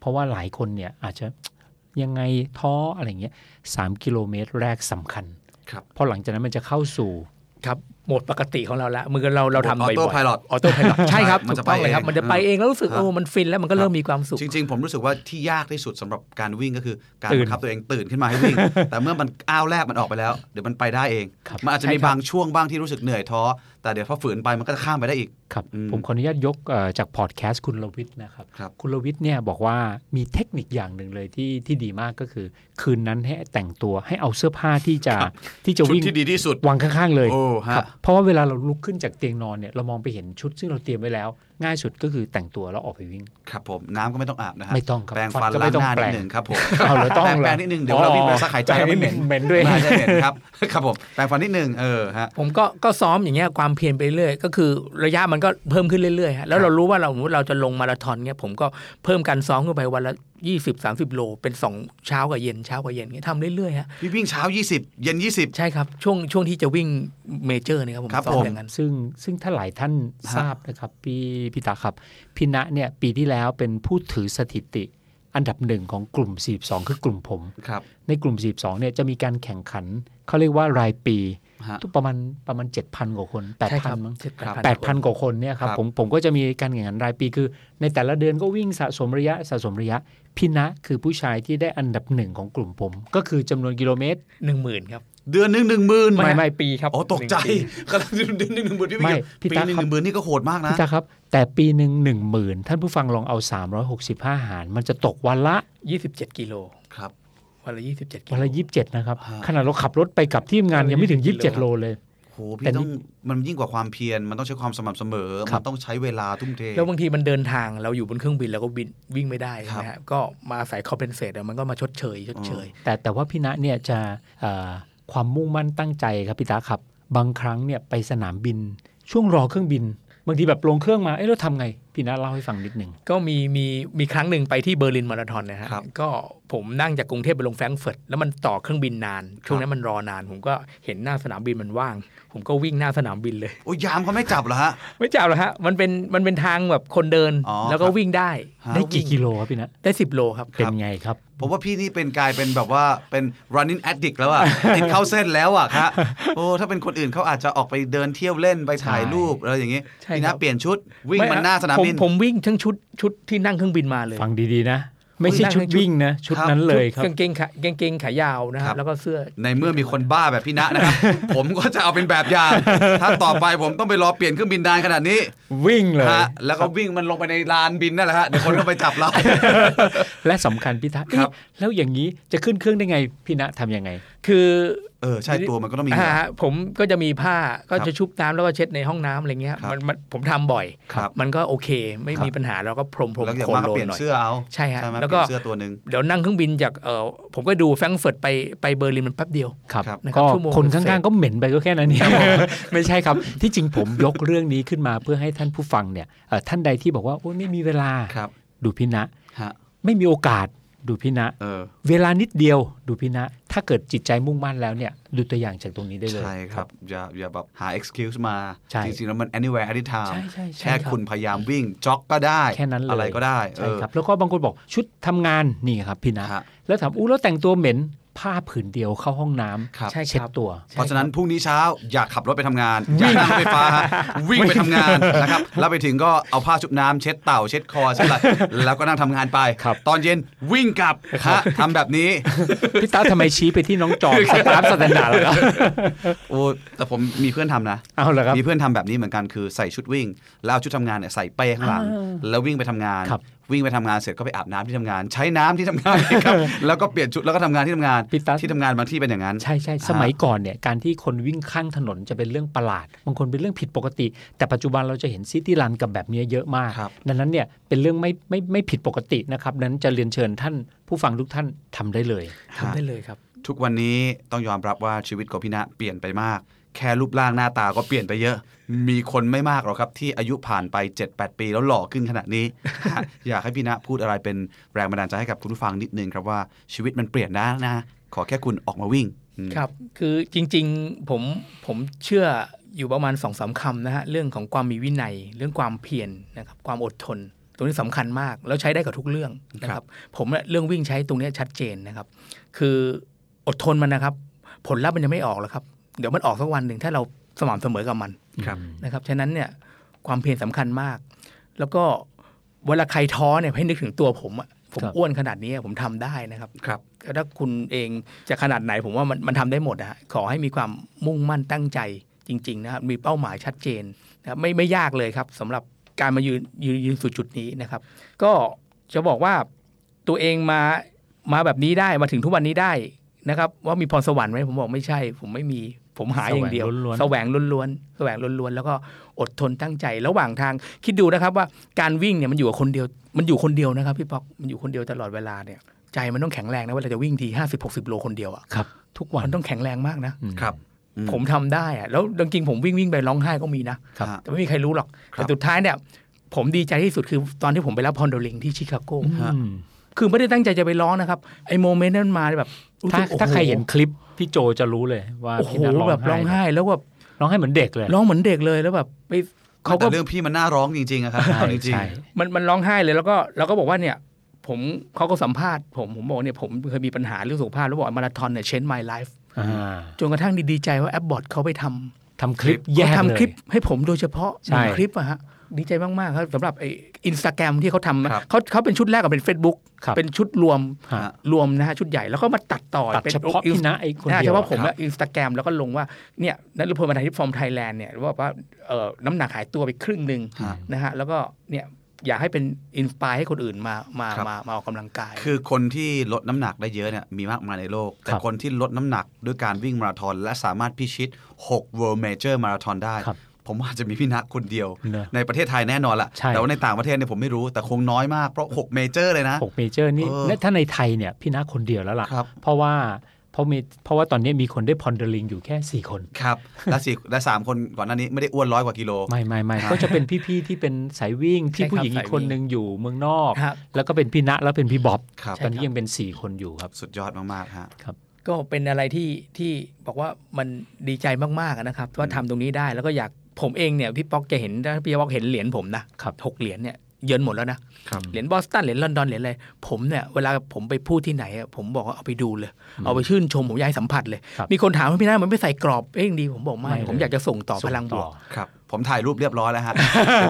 Speaker 3: เพราะว่าหลายคนเนี่ยอาจจะยังไงท้ออะไรเงี้ยสามกิโลเมตรแรกสำคัญ
Speaker 2: ครับ
Speaker 3: เพราะหลังจากนั้นมันจะเข้าสู่
Speaker 4: ครับ โหมดปกติของเราละมือเราเราทำบ่อยๆ
Speaker 2: Autopilot
Speaker 4: ออโต้ไพลอตใช่ครับ
Speaker 2: มัน
Speaker 4: ถู
Speaker 2: จะ
Speaker 4: กต้องเลยครับ
Speaker 2: ไปเอง
Speaker 4: มันจะไปเองแล้วรู้สึก
Speaker 2: ครับ
Speaker 4: โอ้มันฟินแล้วมันก็เริ่มมีความสุข
Speaker 2: จริง ๆ ผมรู้สึกว่าที่ยากที่สุดสำหรับการวิ่งก็คือการ
Speaker 3: ตื่น
Speaker 2: บังคับตัวเองตื่นขึ้นมาให้ วิ่ง แต่เมื่อมันอ้าวแรกมันออกไปแล้วเดี๋ยวมันไปได้เอง
Speaker 3: ครับ
Speaker 2: มันอาจจะมี
Speaker 4: ใช่ครับ
Speaker 2: บางช่วงบ้างที่รู้สึกเหนื่อยท้อแต่เดี๋ยวพอฝืนไปมันก็จะข้ามไปได้อีก
Speaker 3: ครับ
Speaker 2: อืม
Speaker 3: ผมขออนุญาตยกเอ่อจากพอดแคสต์คุณลวิทย์นะครับ
Speaker 2: ครับ
Speaker 3: ณลวิทย์เนี่ยบอกว่ามีเทคนิคอย่างหนึ่งเลยที่ที่ดีมากก็คือ คืนนั้นให้แต่งตัวให้เอาเสื้อผ้าที่จะ ที่จะ
Speaker 2: ชุด
Speaker 3: วิ่ง
Speaker 2: ที่ดีที่สุด
Speaker 3: วางข้างๆเลย
Speaker 2: โอ้ฮะ
Speaker 3: ครับเพราะว่าเวลาเราลุกขึ้นจากเตียงนอนเนี่ยเรามองไปเห็นชุดซึ่งเราเตรียมไว้แล้ว ง่ายสุดก็คือแต่งตัวแล้วออกไปวิ่ง
Speaker 2: ครับผมน้ำก็ไม่ต้องอาบนะฮะ
Speaker 3: ไม่ต้องครับ
Speaker 2: แปรง
Speaker 3: ฟั
Speaker 2: ฟั
Speaker 3: น
Speaker 2: น
Speaker 3: ก็
Speaker 2: ล้าง
Speaker 3: ไม่ต้อง
Speaker 2: หน้า
Speaker 3: แปร
Speaker 2: นิ
Speaker 3: ง
Speaker 2: ดหนึ่งครับผม
Speaker 3: เอาเหรอต้อง
Speaker 2: แปรง
Speaker 3: เหรอ
Speaker 2: แปรงนิดหนึ่งเดี๋ยวเรา
Speaker 3: อ๋อ
Speaker 2: วิ่งไปสักหายใจแล้วไม่เหม็น
Speaker 3: เหม็นด้วย
Speaker 2: น่าจะเหม็นครับ ครับผมแปรงฟันนิดหนึ่งเออฮะ
Speaker 4: ผมก็ก็ซ้อมอย่างเงี้ยความเพียรไปเรื่อยก็คือระยะมันก็เพิ่มขึ้นเรื่อยๆฮะแล้วเรารู้ว่าเราสมมติเราจะลงมาราธอนเงี้ยผมก็เพิ่มการซ้อมขึ้นไปวันละ20 30 โล เป็นสองเช้ากับเย็นเช้ากับเย็นเงี้ยทำเรื่อยๆฮะ
Speaker 2: พี่วิ่งเช้า 20 เย็น 20
Speaker 4: ใช่ครับช่วงช่วงที่จะวิ่งเมเจอร์เนี่ยครับผม
Speaker 2: ครับ
Speaker 4: ซ้อ
Speaker 2: ผม ม
Speaker 4: อย่างนั้น
Speaker 3: ซึ่งซึ่งถ้าหลายท่านทราบนะครับพี่พี่ตาครับพี่ณเนี่ยปีที่แล้วเป็นผู้ถือสถิติอันดับหนึ่งของกลุ่ม 42 คือกลุ่มผม
Speaker 2: ครับ
Speaker 3: ในกลุ่ม 42เนี่ยจะมีการแข่งขัน เขาเรียกว่ารายปี
Speaker 2: ฮะ
Speaker 3: ทุกประมาณประมาณ 7,000 กว่าคน
Speaker 4: ใช่ครับ
Speaker 3: 8,000มั้ง
Speaker 4: 7,000
Speaker 3: 8,000 กว่าคนเนี่ยครับ
Speaker 2: ครับ
Speaker 3: ผมผมก็จะมีการแข่งขันรายปีคือ ในแต่ละเดือนก็วิ่งสะสมระยะสะสมระยะพี่ณคือผู้ชายที่ได้อันดับหนึ่งของกลุ่มผม ก็คือจำนวนกิโลเมตร
Speaker 4: หนึ่งหมื่นครับ
Speaker 2: เดือนหนึ่งหนึ่งหมื่น
Speaker 3: ไม่ไม่
Speaker 4: ปีครับ
Speaker 2: โอ้ตกใจ
Speaker 4: หนึ่ง
Speaker 2: กำลัง
Speaker 4: ปี
Speaker 2: เดือนหนึ่งหนึ่งหมื่นพี่
Speaker 3: ไม่
Speaker 2: วิ่ง
Speaker 3: พี่
Speaker 2: ปี
Speaker 3: ตั๊ก
Speaker 2: หนึ่งห
Speaker 3: ครับ
Speaker 2: นึ่งหมื่นนี่ก็โหดมากนะ
Speaker 3: พี่ตาครับ แต่ปีหนึ่งหนึ่งหมื่นท่านผู้ฟังลองเอา 365 หาร มันจะตกวันละ
Speaker 4: ยี่สิบเจ็ดกิโล
Speaker 2: ครับ
Speaker 4: วันละยี่สิบเจ็ดกิ
Speaker 3: วัน
Speaker 4: โล
Speaker 3: ละ 27 นะครับ
Speaker 2: ฮะ
Speaker 3: ขนาดเราขับรถไปกลับที่ทำงานยังไม่ถึง
Speaker 4: กิ
Speaker 3: 27 โล
Speaker 4: โล
Speaker 3: เลย
Speaker 2: โห
Speaker 3: แต่
Speaker 2: พี่ต้อ
Speaker 3: นี่
Speaker 2: งมันยิ่งกว่าความเพียรมันต้องใช้ความสม่ำเสมอ
Speaker 3: ครั
Speaker 2: มั
Speaker 3: บ
Speaker 2: นต้องใช้เวลาทุ่มเท
Speaker 4: แล้วบางทีมันเดินทางเราอยู่บนเครื่องบินเราก็บินวิ่งไม่ได้
Speaker 2: ครับ
Speaker 4: นะฮะก็มาอาศัยคอมเพนเซตมันก็มาชดเชยชดเชย
Speaker 3: แต่แต่ว่าพี่ณเนี่ยจะเอ่อความมุ่งมั่นตั้งใจครับพี่ตาครับ บางครั้งเนี่ยไปสนามบิน ช่วงรอเครื่องบิน บางทีแบบลงเครื่องมาเอ้เราทำไง พี่ณเล่าให้ฟังนิดหนึ่ง
Speaker 4: ก็มีมีมีครั้งหนึ่งไปที่เบอร์ลินมาราธอนนะฮะ
Speaker 2: ครับ
Speaker 4: ก็ผมนั่งจากกรุงเทพไปลงแฟรงก์เฟิร์ตแล้วมันต่อเครื่องบินนาน ช่วงนั้นมันรอนาน ผมก็เห็นหน้าสนามบินมันว่าง ผมก็วิ่งหน้าสนามบินเลย
Speaker 2: โอ้ยยามเขาไม่จับเหรอฮะ
Speaker 4: ไม่จับหรอกฮะมันเป็นมันเป็นทางแบบคนเดิน
Speaker 2: อ๋อ
Speaker 4: แล้วก็
Speaker 2: ครับ
Speaker 4: วิ่งได้
Speaker 2: ฮะ
Speaker 3: ได้กี่กิโลครับพี่ณ
Speaker 4: ได้สิบโลครับ
Speaker 3: เป็นไงครับ
Speaker 2: ผมว่าพี่นี่เป็นกลายเป็นแบบว่าเป็น running addict แล้วอะ ติดเข้าเส้นแล้วอะครับโอ้ถ้าเป็นคนอื่นเขาอาจจะออกไปเดินเที่ยวเล่นไปถ่าย
Speaker 3: ใช่
Speaker 2: รูปอะไรอย่างงี้
Speaker 4: ใช่
Speaker 2: พี่
Speaker 4: ครั
Speaker 2: นะ
Speaker 4: บ
Speaker 2: เปลี่ยนชุด วิ่ง
Speaker 4: ไ
Speaker 2: มันหน้าสนามบิน
Speaker 4: ผผมวิ่งทั้งชุดชุดที่นั่งเครื่องบินมาเลย
Speaker 3: ฟังดีๆนะ ไม่ใช่ชุดวิ่งนะ ชุดนั้นเลยครับ
Speaker 4: กางเกงขากางเกงขายาวนะ
Speaker 2: ค
Speaker 4: ฮะ
Speaker 2: รับ
Speaker 4: แล้วก็เสื้อ
Speaker 2: ในเมื่อมีคนบ้าแบบพี่ณนะครับ ผมก็จะเอาเป็นแบบอย่าง ถ้าต่อไปผมต้องไปรอเปลี่ยนเครื่องบินนานขนาดนี้
Speaker 3: วิ่งเลย
Speaker 2: ฮะแล้วก็วิ่งมันลงไปในลานบินนั่นแหละฮะเดี๋ยวคนก็ไปจับ เรา
Speaker 3: และสำคัญพี่ตา
Speaker 2: ครับ
Speaker 3: เอ๊ะแล้วอย่างนี้จะขึ้นเครื่องได้ไงพี่ณทำยังไง
Speaker 4: คือ
Speaker 2: เออใช่ตัวมันก็ต้องมี
Speaker 4: อ่าฮะผมก็จะมีผ้าก็
Speaker 2: ครับ
Speaker 4: จะชุบน้ำแล้วก็เช็ดในห้องน้ำอะไรเงี้ย
Speaker 2: ครับ
Speaker 4: มันมันผมทำบ่อย
Speaker 2: ครับ
Speaker 4: มันก็โอเค ไม่มีปัญหาเราก็พรมพรม
Speaker 2: แล้วอย่าง
Speaker 4: โคล
Speaker 2: มาน กก็
Speaker 4: โล
Speaker 2: เป
Speaker 4: น
Speaker 2: ลี่ยน
Speaker 4: หน่อย
Speaker 2: เสื้อเอา
Speaker 4: ใช่ฮะ
Speaker 2: ไหม
Speaker 4: แล้ว
Speaker 2: เป
Speaker 4: ก็
Speaker 2: ลี่ยนเสื้อตัวหนึ่ง
Speaker 4: เดี๋ยวนั่งเครื่องบินจากเออผมก็ดูแฟรงก์เฟิร์ตไปไปเบอร์ลินมันแป๊บเดียว
Speaker 3: ครับ
Speaker 4: นะครั
Speaker 3: ก็
Speaker 4: บชั่วโมง
Speaker 3: คนข้าง
Speaker 4: เสร็จ
Speaker 3: ๆก็เหม็นไปก็แค่นั้นเอง ไม่ใช่ครับ ที่จริงผมยกเรื่องนี้ขึ้นมาเพื่อให้ท่านผู้ฟังเนี่ยเอ่อท่านใดที่บอกว่าโอ้ยไม่มีเวลา
Speaker 2: ครับ
Speaker 3: ดูพินะ
Speaker 2: ฮะ
Speaker 3: ไม่มีโอกาสดูพินะ
Speaker 2: เออ
Speaker 3: เวลานิดเดียวดูพินะ ถ้าเกิดจิตใจมุ่งมั่นแล้วเนี่ยดูตัวอย่างจากตรงนี้ได้เลย
Speaker 2: ใช่ครับอย่าอย่าแบบหา excuse มา
Speaker 3: ใช่
Speaker 2: จริงๆแล้วมัน anywhere anytime
Speaker 3: ใช่ใช่ใช่
Speaker 2: แค่
Speaker 3: ครับ
Speaker 2: คุณพยายามวิ่งจ็อกก็ได้
Speaker 3: แค่นั้นเลย
Speaker 2: อะไรก็ได้
Speaker 3: ใช่ครับแล้วก็บางคนบอกชุดทำงานนี่ครับพิ
Speaker 2: เออ
Speaker 3: นะ
Speaker 2: ฮะ
Speaker 3: แล้วถามอู้แล้วแต่งตัวเหม็นผ้าผืนเดียวเข้าห้องน้ำ
Speaker 2: ครับ
Speaker 4: ใช่ค
Speaker 3: เช็ด
Speaker 4: รับ
Speaker 3: ตัว
Speaker 2: เพราะฉะนั้นพรุ่งนี้เช้าอย่าขับรถไปทำงาน อย่านั่งรถไฟ ฟ้าฮะวิ่งไปทำงานนะครับแล้วไปถึงก็เอาผ้าชุบน้ำเช็ดเต่าเช็ดคอเช็ดอะไร แล้วก็นั่งทำงานไป
Speaker 3: ครับ
Speaker 2: ตอนเย็นวิ่งกลับ
Speaker 3: ครั
Speaker 2: ฮะ
Speaker 3: บ
Speaker 2: ทำแบบนี้
Speaker 3: พี่ตาทำไมชี้ไปที่น้องจอมสตาร์สแตนดาร์ดแล้ว
Speaker 2: โอ้แต่ผมมีเพื่อนทำนะ
Speaker 3: เอาเหรอครับ
Speaker 2: มีเพื่อนทำแบบนี้เหมือนกันคือใส่ชุดวิ่ง แล้วเอาชุดทำงานเนี่ยใส่เป้ข้างหลัง
Speaker 3: อ่า
Speaker 2: แล้ววิ่งไปทำงาน
Speaker 3: ครับ
Speaker 2: วิ่งไปทำงานเสร็จก็ไปอาบน้ำที่ทำงาน ใช้น้ำที่ทำงานอีกครับ แล้วก็เปลี่ยนชุดแล้วก็ทำงานที่ทำงาน
Speaker 3: พี่ตั๊ก
Speaker 2: ที่ทำงานบางที่เป็นอย่างนั้น
Speaker 3: ใช่ใช่
Speaker 2: อ่า
Speaker 3: สมัยก่อนเนี่ยการที่คนวิ่งข้างถนนจะเป็นเรื่องประหลาดบางคนเป็นเรื่องผิดปกติ แต่ปัจจุบันเราจะเห็นซิตี้รันกับแบบเนี้ยเยอะมาก
Speaker 2: ครับ
Speaker 3: ดังนั้นเนี่ยเป็นเรื่องไม่ไม่ไม่ผิดปกตินะครับดังนั้นจะเรียนเชิญท่านผู้ฟังทุกท่านทำได้เลย
Speaker 4: ทำได้เลยครับ
Speaker 2: ทุกวันนี้ต้องยอมรับว่าชีวิตของพี่ณเปลี่ยนไปมาก แค่รูปร่างหน้าตาก็เปลี่ยนไปเยอะ มีคนไม่มากหรอกครับ ที่อายุผ่านไป 7-8 ปีแล้วหล่อขึ้นขนาดนี้ อยากให้พี่ณพูดอะไรเป็นแรงบันดาลใจให้กับคุณผู้ฟังนิดนึงครับว่าชีวิตมันเปลี่ยนนะนะ ขอแค่คุณออกมาวิ่งอืม
Speaker 4: ครับ คือจริงๆผมผมเชื่ออยู่ประมาณสองสามคำนะฮะเรื่องของความมีวินัย เรื่องความเพียรนะครับความอดทน ตรงนี้สำคัญมาก แล้วใช้ได้กับทุกเรื่องนะค
Speaker 2: ครั
Speaker 4: รั
Speaker 2: บบ
Speaker 4: ผมเนี่ยเรื่องวิ่งใช้ตรงเนี้ยชัดเจนนะครับ คืออดทนมันนะครับ ผลลัพธ์มันยังไม่ออกหรอกครับ เดี๋ยวมันออกสักวันหนึ่งถ้าเราสม่ำเสมอกับมัน
Speaker 2: ครับ
Speaker 4: นะครับฉะนั้นเนี่ยความเพียรสำคัญมาก แล้วก็เวลาใครท้อเนี่ยให้นึกถึงตัวผมอะผม
Speaker 3: ครับ
Speaker 4: อ้วนขนาดนี้อะผมทำได้นะครับ
Speaker 2: ครับ
Speaker 4: ถ้าคุณเองจะขนาดไหนผมว่ามันมันทำได้หมดนะฮะขอให้มีความมุ่งมั่นตั้งใจจริง ๆ นะครับ มีเป้าหมายชัดเจนนะครับไม่ไม่ยากเลยครับสำหรับการมายืนยืนยืนสู่จุดนี้นะครับ ก็จะบอกว่าตัวเองมามาแบบนี้ได้มาถึงทุกวันนี้ได้นะครับ ว่ามีพรสวรรค์ไหมผมบอกไม่ใช่ ผมไม่มีผมหาอย่างเดียว
Speaker 3: แสวงล้วนๆ
Speaker 4: แสวงล้วนๆแสวงล้วนๆแล้วก็อดทนตั้งใจ ระหว่างทางคิดดูนะครับว่าการวิ่งเนี่ยมันอยู่กับคนเดียว มันอยู่คนเดียวนะครับพี่ป๊อกมันอยู่คนเดียวตลอดเวลาเนี่ย ใจมันต้องแข็งแรงนะเวลาจะวิ่งทีห้าสิบหกสิบโลคนเดียวอะ
Speaker 3: ครับ ทุกวัน
Speaker 4: มันต้องแข็งแรงมากนะ
Speaker 3: อืม
Speaker 2: ครับ อืม
Speaker 4: ผมทำได้อะแล้วจริงๆผมวิ่งวิ่งไปร้องไห้ก็มีนะ
Speaker 2: ครับ
Speaker 4: แต่ไม่มีใครรู้หรอก
Speaker 2: ครับ
Speaker 4: แต่สุดท้ายเนี่ย ผมดีใจที่สุดคือตอนที่ผมไปรับพอนโดลิงที่ชิคาโก
Speaker 2: ฮะ
Speaker 3: อืม
Speaker 4: คือไม่ได้ตั้งใจจะไปร้องนะครับไอ้โมเมนต์นั้นมาแบบรู้
Speaker 3: ถ้า
Speaker 4: สึกโอ้โ
Speaker 3: ถ้าใครเห็นคลิปพี่โจจะรู้เลยว่า
Speaker 4: โอ้โห
Speaker 3: พี่นัทร้อง
Speaker 4: แบบร้อง
Speaker 3: ไห้
Speaker 4: ไห้แล้วแบบ
Speaker 3: ร้องไห้เหมือนเด็กเลย
Speaker 4: ร้องเหมือนเด็กเลยแล้วแบบไปเขาก็
Speaker 2: แต่เรื่องพี่มันน่าร้องจริงๆอะครับ
Speaker 3: ใช่
Speaker 2: เอาจริง
Speaker 3: ใช่
Speaker 4: มันมันร้องไห้เลยแล้วก็เราก็บอกว่าเนี่ยผมเขาก็สัมภาษณ์ผมผมบอกเนี่ยผมเคยมีปัญหาเรื่องสุขภาพแล้วบอกมาราธอนเนี่ย change my life
Speaker 3: อ่า
Speaker 4: จนกระทั่งดีๆใจว่าแอปบอทเขาไปทำ
Speaker 3: ทำคลิปแยก
Speaker 4: เขา
Speaker 3: เลย
Speaker 4: ทำคลิปให้ผมโดยเฉพาะห
Speaker 3: ใช่
Speaker 4: นึ่งคลิปอะฮะดีใจมากๆครับสำหรับไออินสตาแกรมที่เขาทำนะครับ เขาเขาเป็นชุดแรกกับเป็น Facebook
Speaker 3: ครับ
Speaker 4: เป็นชุดรวม
Speaker 3: ฮะ
Speaker 4: รวมนะฮะชุดใหญ่แล้วก็มาตัดต่อ
Speaker 3: ตัด
Speaker 4: ป็น
Speaker 3: เฉพาะพี่นะไอ้คน
Speaker 4: ใช่
Speaker 3: เดี
Speaker 4: เฉ
Speaker 3: ยว
Speaker 4: พาะผม
Speaker 3: ครับ
Speaker 4: และอินสตาแกรมแล้วก็ลงว่าเนี่ยนัทพลมาไทยที่ฟอร์มไทยแลนด์เนี่ยว่าว่าเอ่อน้ำหนักหายตัวไปครึ่งหนึ่ง
Speaker 2: ฮะ
Speaker 4: นะฮะแล้วก็เนี่ยอยากให้เป็นอินสปายให้คนอื่นมามา
Speaker 2: ครับ
Speaker 4: มามาออกกำลังกาย
Speaker 2: คือคนที่ลดน้ำหนักได้เยอะเนี่ยมีมากมายในโลก แต่
Speaker 3: ครับ
Speaker 2: คนที่ลดน้ำหนักด้วยการวิ่งมาราธอนและสามารถพิชิต 6 world major มาราธอนได้
Speaker 3: ครับ
Speaker 2: ผมว่าอาจจะมีพี่นักคนเดียว
Speaker 3: เนอะ
Speaker 2: ในประเทศไทยแน่นอนละ
Speaker 3: ใช่
Speaker 2: แต่ว่าในต่างประเทศเนี่ยผมไม่รู้แต่คงน้อยมากเพราะ 6 major เลยนะ
Speaker 3: หกเมเจอร์นี่
Speaker 2: เออ
Speaker 3: และถ้าในไทยเนี่ยพี่นะคนเดียวแล้วล่ะ
Speaker 2: ครับ
Speaker 3: เพราะว่าเพราะมีเพราะว่าตอนนี้มีคนได้พอนเดอร์ลิงอยู่แค่ 4 คน
Speaker 2: ครับและสี่และสามคนก่อนหน้านี้ไม่ได้อ้วนร้อยกว่ากิโล
Speaker 3: ไม่ไม่ไม่ก็จะเป็นพี่ ๆ ที่เป็นสายวิ่ง พี่
Speaker 4: ใช่ครับ
Speaker 3: ผู้หญิงอีกคน
Speaker 4: สายวิ่ง
Speaker 3: หนึ่งอยู่เมืองนอก
Speaker 4: ฮะ
Speaker 3: แล้วก็เป็นพี่ณะแล้วเป็นพี่บ๊อบ
Speaker 2: ครับ
Speaker 3: ตอนนี้
Speaker 4: ใช่ครับ
Speaker 3: ยังเป็น 4 คนอยู่ครับ
Speaker 2: สุดยอดมากๆฮะ
Speaker 4: ก็เป็นอะไรที่ที่บอกว่ามันดีใจมากๆนะครับว่าทำตรงนี้ได้แล้วก็อยากผมเองเนี่ยพี่ป๊อกจะเห็นถ้าพี่ป๊อกเห็นเหรียญผมนะครับ หกเหรียญเนี่ยเยินหมดแล้วนะ
Speaker 2: ครับ
Speaker 4: เหรียญบอสตันเหรียญลอนดอนเหรียญอะไรผมเนี่ยเวลาผมไปพูดที่ไหนอะผมบอกว่าเอาไปดูเลย เอาไปชื่นชมผมอยากให้สัมผัสเลย
Speaker 3: ครับ
Speaker 4: มีคนถามว่าพี่น้ามันไม่ใส่กรอบเองดี ผมบอกไม่
Speaker 3: ไม่เลย
Speaker 4: ผมอยากจะส่งต่อพลังบวก
Speaker 3: ส่งต่
Speaker 2: ครับ ผมถ่ายรูปเรียบร้อยแล้วฮะ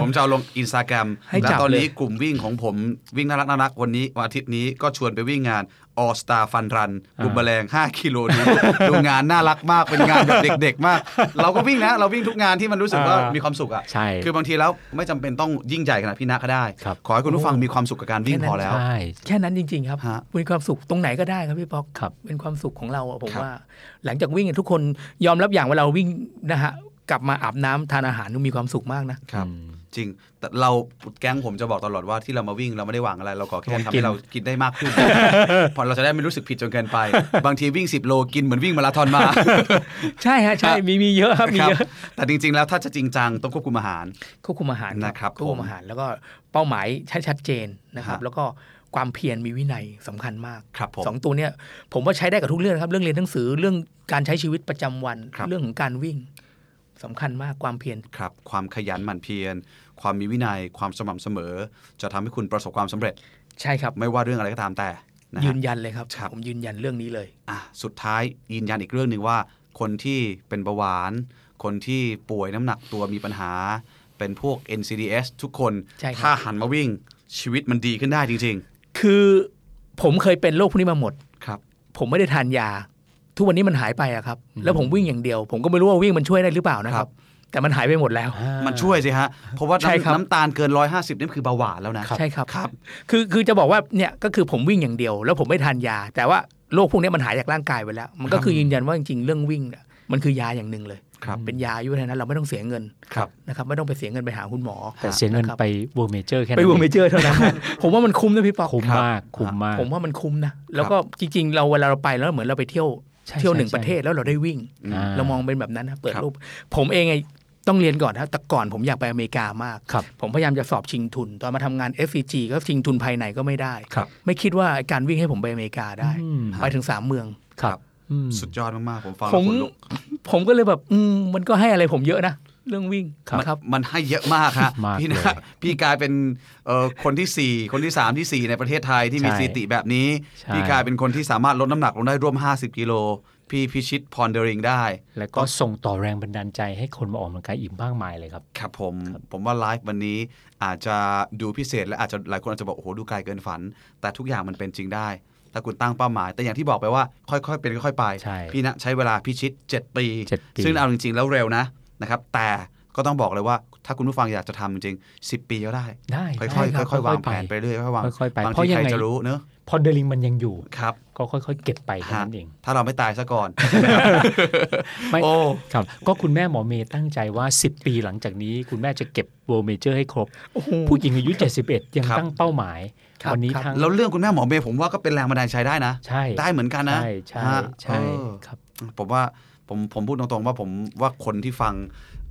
Speaker 2: ผมจะเอาลงอินสตาแกรม
Speaker 4: ให้
Speaker 2: แล้ว
Speaker 4: จับ
Speaker 2: ตอนนี้
Speaker 4: เลย
Speaker 2: กลุ่มวิ่งของผมวิ่งน่ารักน่ารักวันนี้วันอาทิตย์นี้ก็ชวนไปวิ่งงาน All Star Fun Run บุมแมลง 5 กิโลนี้ ดูงานน่ารักมากเป็นงานแบบเด็ก ๆ มาก เราก็วิ่งนะเราวิ่งทุกงานที่มันรู้สึกว่า
Speaker 3: อ่ามี
Speaker 2: มีความสุขอ่ะ
Speaker 3: ใช่
Speaker 2: คือบางทีแล้วไม่จำเป็นต้องยิ่งใหญ่ขนาดพี่นะก็ได้
Speaker 3: ครับ
Speaker 2: ขอให้คุณผู้ฟังมีความสุขกับการวิ่งพอแล้ว
Speaker 3: ใช่
Speaker 4: แค่นั้นจริง ๆ ครับ
Speaker 2: ฮะ
Speaker 4: เป็นความสุขตรงไหนก็ได้ครับพี่ป๊อก
Speaker 3: ครับ
Speaker 4: เป็นความสุขของเราอะผม
Speaker 2: ครับ
Speaker 4: ว่า หลังจากวิ่งเนี่ยทุกคนยอมรับอย่างว่าเราวิ่งนะฮะกลับมาอาบน้ำทานอาหารมีความสุขมากนะ
Speaker 2: ครับจริงแต่เราแก๊งผมจะบอกตลอดว่าที่เรามาวิ่งเราไม่ได้หวังอะไร เราขอแค่ทำให้เรากินได้มากขึ้น พอเราจะได้ไม่รู้สึกผิดจนเกินไป บางทีวิ่ง 10 โลกินเหมือนวิ่งมาราธอนมา
Speaker 4: ใช่ฮะใช่
Speaker 2: ครับ
Speaker 4: มีมีเยอะครับมี
Speaker 2: ครับ
Speaker 4: เยอะ
Speaker 2: แต่จริง ๆ แล้วถ้าจะจริงจังต้องควบคุมอาหาร
Speaker 4: ควบคุมอาหาร
Speaker 2: นะครับ
Speaker 4: ควบคุ
Speaker 2: ผม
Speaker 4: มอาหารแล้วก็เป้าหมายชัดชัดเจนนะครับ
Speaker 2: ฮะ
Speaker 4: แล้วก็ความเพียรมีวินัยสำคัญมาก
Speaker 2: ครับผม
Speaker 4: สองตัวเนี่ยผมว่าใช้ได้กับทุกเรื่องนะครับ เรื่องเรียนหนังสือเรื่องการใช้ชีวิตประจำวัน
Speaker 2: ครับ
Speaker 4: เรื่องของการวิ่งสำคัญมากความเพียร
Speaker 2: ครับ ความขยันหมั่นเพียร ความมีวินัย ความสม่ำเสมอ จะทำให้คุณประสบความสำเร็จ
Speaker 4: ใช่ครับ
Speaker 2: ไม่ว่าเรื่องอะไรก็ตามแต่นะ
Speaker 4: ยื
Speaker 2: ฮะ
Speaker 4: นยันเลยครับ
Speaker 2: ครับ
Speaker 4: ผมยืนยันเรื่องนี้เลย
Speaker 2: อ่ะสุดท้ายยืนยันอีกเรื่องหนึ่งว่า คนที่เป็นเบาหวาน คนที่ป่วยน้ำหนักตัวมีปัญหา เป็นพวก NCDs ทุกคน
Speaker 4: ใช่ครับ
Speaker 2: ถ้าหันมาวิ่งชีวิตมันดีขึ้นได้จริง
Speaker 4: คือผมเคยเป็นโรคพวกนี้มาหมด
Speaker 2: ๆ ครับ
Speaker 4: ผมไม่ได้ทานยา ทุกวันนี้มันหายไปอะครับ แล้วผมวิ่งอย่างเดียว ผมก็ไม่รู้ว่าวิ่งมันช่วยได้หรือเปล่านะค
Speaker 2: ครั
Speaker 4: รับ บ แต่มันหายไปหมดแล้ว
Speaker 3: อ่า
Speaker 2: มันช่วยสิฮะ เพราะว่า
Speaker 4: ใช่ครับ
Speaker 2: น้ำน้ำตาลเกิน 150นี่คือเบาหวานแล้วนะ
Speaker 4: ใช่ครับ
Speaker 2: ครับ
Speaker 4: คือคือจะบอกว่าเนี่ยก็คือผมวิ่งอย่างเดียว แล้วผมไม่ทานยา แต่ว่าโรคพวกนี้มันหายจากร่างกายไปแล้ว มันก็คือยืนยันว่าจริงๆเรื่องวิ่งเนี่ยมันคือยาอย่างหนึ่งเลย
Speaker 2: ครับ
Speaker 4: เป็นยาอายุเท่านั้นเราไม่ต้องเสียเงิน
Speaker 2: ครับ
Speaker 4: นะครับไม่ต้องไปเสียเงินไปหาคุณหมอ
Speaker 3: แต่เสียเงิน
Speaker 4: นะครับ
Speaker 3: ไปเวอร์เมเจอร์แค่นั้น
Speaker 4: ไปวงเมเจอร์เท่านั้น ผมว่ามันคุ้มนะพี่ป๊อก
Speaker 3: คุ้ม
Speaker 2: ครับ
Speaker 3: มากคุ้มมาก
Speaker 4: ผมว่ามันคุ้มนะแล้วก็จริงๆ เราเวลาเราไปแล้วเหมือนเราไปเที่ยว
Speaker 3: ใช่
Speaker 4: เที่ยว
Speaker 3: ใช่
Speaker 4: หนึ่ง
Speaker 3: ใช่
Speaker 4: ประเทศแล้วเราได้วิ่ง
Speaker 3: อ่า
Speaker 4: เรามองเป็นแบบนั้นนะเปิด
Speaker 2: ครับ
Speaker 4: รูป ผมเองไงต้องเรียนก่อนนะแต่ก่อนผมอยากไปอเมริกามาก
Speaker 3: ครับ
Speaker 4: ผมพยายามจะสอบชิงทุน ตอนมาทำงาน f c g ก็ชิงทุนภายในก็ไม่ได้
Speaker 3: ครับ
Speaker 4: ไม่คิดว่าการวิ่งให้ผมไปอเมริกาได้
Speaker 3: อืม
Speaker 4: ไปถึงสามเมือง
Speaker 3: ครับอืม
Speaker 2: สุดยอดมาก ๆ ผมฟัง
Speaker 4: ผ
Speaker 2: แล้ว
Speaker 4: ม
Speaker 2: ขนลุก
Speaker 4: ผมก็เลยแบบอืมมันก็ให้อะไรผมเยอะนะเรื่องวิ่ง
Speaker 3: ครับ
Speaker 4: นะครับ
Speaker 2: มันให้เยอะมากฮะ
Speaker 3: มาก
Speaker 2: พี่
Speaker 3: เลย
Speaker 2: นะพี่กลายเป็นเอ่อคนทีสี่ 4 คนที่ 3 ที่ 4 ในประเทศไทยที่มี
Speaker 3: ใช่
Speaker 2: สถิติแบบนี้
Speaker 3: ใช่
Speaker 2: พี่กลายเป็นคนที่สามารถลดน้ำหนักลงได้ร่วม 50 กิโล พี่พิชิตพรเดริงได้
Speaker 3: แล้วก็ส่งต่อแรงบันดาลใจให้คนมาออกกำลังกายอีกมากมายเลยครับ
Speaker 2: ครับผมผมว่าไลฟ์วันนี้อาจจะดูพิเศษ และอาจจะหลายคนอาจจะบอก โอ้โห ดูไกลเกินฝัน แต่ทุกอย่างมันเป็นจริงได้ ถ้าคุณตั้งเป้าหมาย แต่อย่างที่บอกไปว่าค่อยๆ เป็นค่อยๆไป
Speaker 3: ใช่
Speaker 2: พี่นะใช้เวลาพิชิต 7 ปี
Speaker 3: เจ็ดปี
Speaker 2: ซึ่งเอาจริงๆ แล้วเร็วนะนะครับแต่ก็ต้องบอกเลยว่าถ้าคุณผู้ฟังอยากจะทำจริงๆ10 ปีก็ได้
Speaker 3: ได้
Speaker 2: ค่อยๆ
Speaker 3: ได้รับ
Speaker 2: ค่อยๆวาง
Speaker 3: ไป
Speaker 2: แผนไปเรื่อยค่อยๆวาง
Speaker 3: ค่อยๆไป
Speaker 2: บาง
Speaker 3: เพราะ
Speaker 2: ที
Speaker 3: ยัง
Speaker 2: ใคร
Speaker 3: ไง
Speaker 2: จะรู้เนอะ
Speaker 3: พอเดลิงมันยังอยู่
Speaker 2: ครับ
Speaker 3: ก็ค่อยๆ เก็บไปแค่นั้นเอง
Speaker 2: ถ้าเราไม่ตายซะ ก่อน
Speaker 3: ไม่
Speaker 2: โอ้
Speaker 3: ครับก็คุณแม่หมอเมย์ตั้งใจว่า 10 ปีหลังจากนี้ คุณแม่จะเก็บเวอร์เมเจอร์ให้ครบ ผู้หญิงอายุ 71 ยัง
Speaker 2: ครับ
Speaker 3: ตั้งเป้าหมาย
Speaker 4: ครับ
Speaker 3: วันนี้
Speaker 4: ครับ
Speaker 3: ทั้ง
Speaker 2: แล้วเรื่องคุณแม่หมอเมย์ผมว่าก็เป็นแรงบันดาลใจได้นะ
Speaker 3: ใช่
Speaker 2: ได้เหมือนกันนะ
Speaker 3: ใช่ใช่
Speaker 2: ฮะ
Speaker 3: ใช่
Speaker 2: เออ
Speaker 3: ครับ
Speaker 2: ผมว่าผมผมพูดตรงๆว่าผมว่าคนที่ฟัง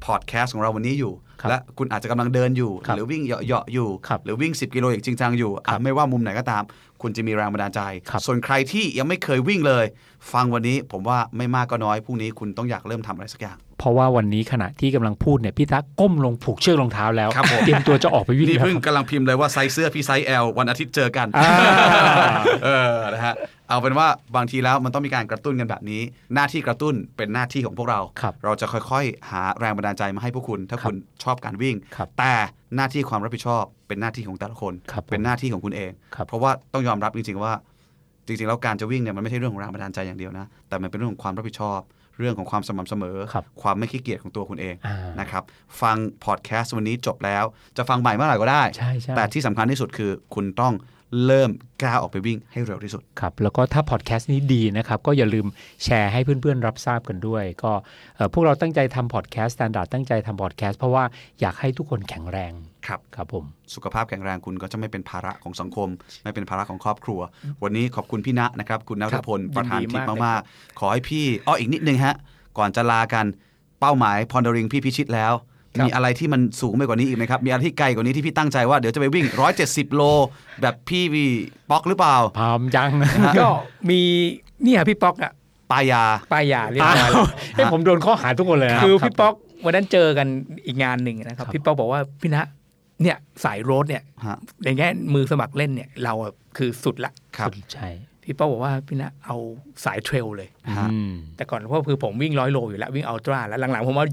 Speaker 2: พอดแคสต์ของเราวันนี้อยู่
Speaker 3: ครับ
Speaker 2: และคุณอาจจะกำลังเดินอยู่
Speaker 3: ครับ
Speaker 2: หรือวิ่งเหยาะๆอยู่
Speaker 3: ครับ
Speaker 2: หรือวิ่ง 10 กิโลอย่างจริงจังอยู่
Speaker 3: ครั
Speaker 2: อ่ะ
Speaker 3: บ
Speaker 2: ไม่ว่ามุมไหนก็ตาม คุณจะมีแรงบันดาลใจ
Speaker 3: ครับ
Speaker 2: ส่วนใครที่ยังไม่เคยวิ่งเลย ฟังวันนี้ผมว่าไม่มากก็น้อยพรุ่งนี้คุณต้องอยากเริ่มทำอะไรสักอย่าง
Speaker 3: เพราะว่าวันนี้ขณะที่กำลังพูดเนี่ยพี่ตั๊กก้มลงผูกเชือกรองเท้าแล้ว
Speaker 2: ครับผม
Speaker 3: เตรียมตัวจะออกไปวิ่ง
Speaker 2: นี่
Speaker 3: แล้ว
Speaker 2: เพิ่ง
Speaker 3: ครับ
Speaker 2: กำลังพิมพ์เลยว่าไซส์เสื้อพี่ไซส์ L วันอาทิตย์เจอกัน
Speaker 3: อ่า
Speaker 2: เออนะฮะเอาเป็นว่าบางทีแล้วมันต้องมีการกระตุ้นกันแบบนี้ หน้าที่กระตุ้นเป็นหน้าที่ของพวกเรา
Speaker 3: ครับ
Speaker 2: เราจะค่อยๆ หาแรงบันดาลใจมาให้พวกคุณ ถ้า
Speaker 3: ครับ
Speaker 2: คุณชอบการวิ่ง
Speaker 3: ครับ
Speaker 2: แต่หน้าที่ความรับผิดชอบเป็นหน้าที่ของแต่ละคน
Speaker 3: ครับผม
Speaker 2: เป็นหน้าที่ของคุณเอง
Speaker 3: ครับ
Speaker 2: เพราะว่าต้องยอมรับจริงๆว่า จริงๆ แล้วการจะวิ่งเนี่ยมันไม่ใช่เรื่องของแรงบันดาลใจอย่างเดียวนะ แต่มันเป็นเรื่องของความรับผิดชอบ เรื่องของความสม่ำเสมอ
Speaker 3: ครับ
Speaker 2: ความไม่ขี้เกียจของตัวคุณเอง
Speaker 3: อ่าน
Speaker 2: นะครับ ฟังพอดแคสต์วันนี้จบแล้ว จะฟังใหม่เมื่อไหร่ก็ได้
Speaker 3: ใช่ใช่
Speaker 2: แต่ที่สำคัญที่สุดคือ คุณต้องเริ่มกล้าออกไปวิ่งให้เร็วที่สุด
Speaker 3: ครับแล้วก็ถ้าพอดแคสต์นี้ดีนะครับ ก็อย่าลืมแชร์ให้เพื่อนๆ รับทราบกันด้วย ก็เอ่อพวกเราตั้งใจทำพอดแคสต์ t แ n นด r d ตั้งใจทำพอดแคสต์ เพราะว่าอยากให้ทุกคนแข็งแรง
Speaker 2: ครับ
Speaker 3: ครับผม
Speaker 2: สุขภาพแข็งแรงคุณก็จะไม่เป็นภาระของสังคม ไม่เป็นภาระของครอบครัว วันนี้ขอบคุณพี่ณะนะครับ คุณน
Speaker 4: ค
Speaker 2: ร
Speaker 4: รับ
Speaker 2: พลประธาน
Speaker 4: ยินดี
Speaker 2: ทิพย์
Speaker 4: มากเลย
Speaker 2: มาก ๆ ขอให้พี่อ้ออีกนิดนึงฮะ ก่อนจะลากันเป้าหมายพรดริงพี่พิชิตแล้ว
Speaker 4: ครับ
Speaker 2: มีอะไรที่มันสูงไปกว่านี้อีกไหมครับ มีอะไรที่ไกลกว่านี้ที่พี่ตั้งใจว่าเดี๋ยวจะไปวิ่ง 170 โล แบบพี่วีป๊อกหรือเปล่า
Speaker 3: พร้อม ยัง
Speaker 4: ก็มีเนี่ยพี่ป๊อกอะ
Speaker 2: ปายา
Speaker 4: ป้ายยาเรียบ
Speaker 3: อ้า
Speaker 4: ร้อยว แล้ว
Speaker 3: ให้ผมโดนข้อหาทุกคนเลยนะ
Speaker 4: คือ
Speaker 3: รับ
Speaker 4: พี่ป๊อกวันนั้นเจอกันอีกงานหนึ่งนะค
Speaker 3: ค
Speaker 4: รั
Speaker 3: รับ บ
Speaker 4: พี่ป๊อกบอกว่าพี่นะเนี่ยสายโรดเนี่ย
Speaker 2: ฮะ
Speaker 4: ในแง่มือสมัครเล่นเนี่ยเราอะคือสุดละ
Speaker 2: ครับ
Speaker 3: ใช่
Speaker 4: พี่ป๊อกบอกว่าพี่นะเอาสายเทรลเลย
Speaker 2: ฮะ
Speaker 3: อืม
Speaker 4: แต่ก่อนก็คือผมวิ่งร้อยโลอยู่แล้ววิ่งอัลตร้าแล้วหลังๆผมเอา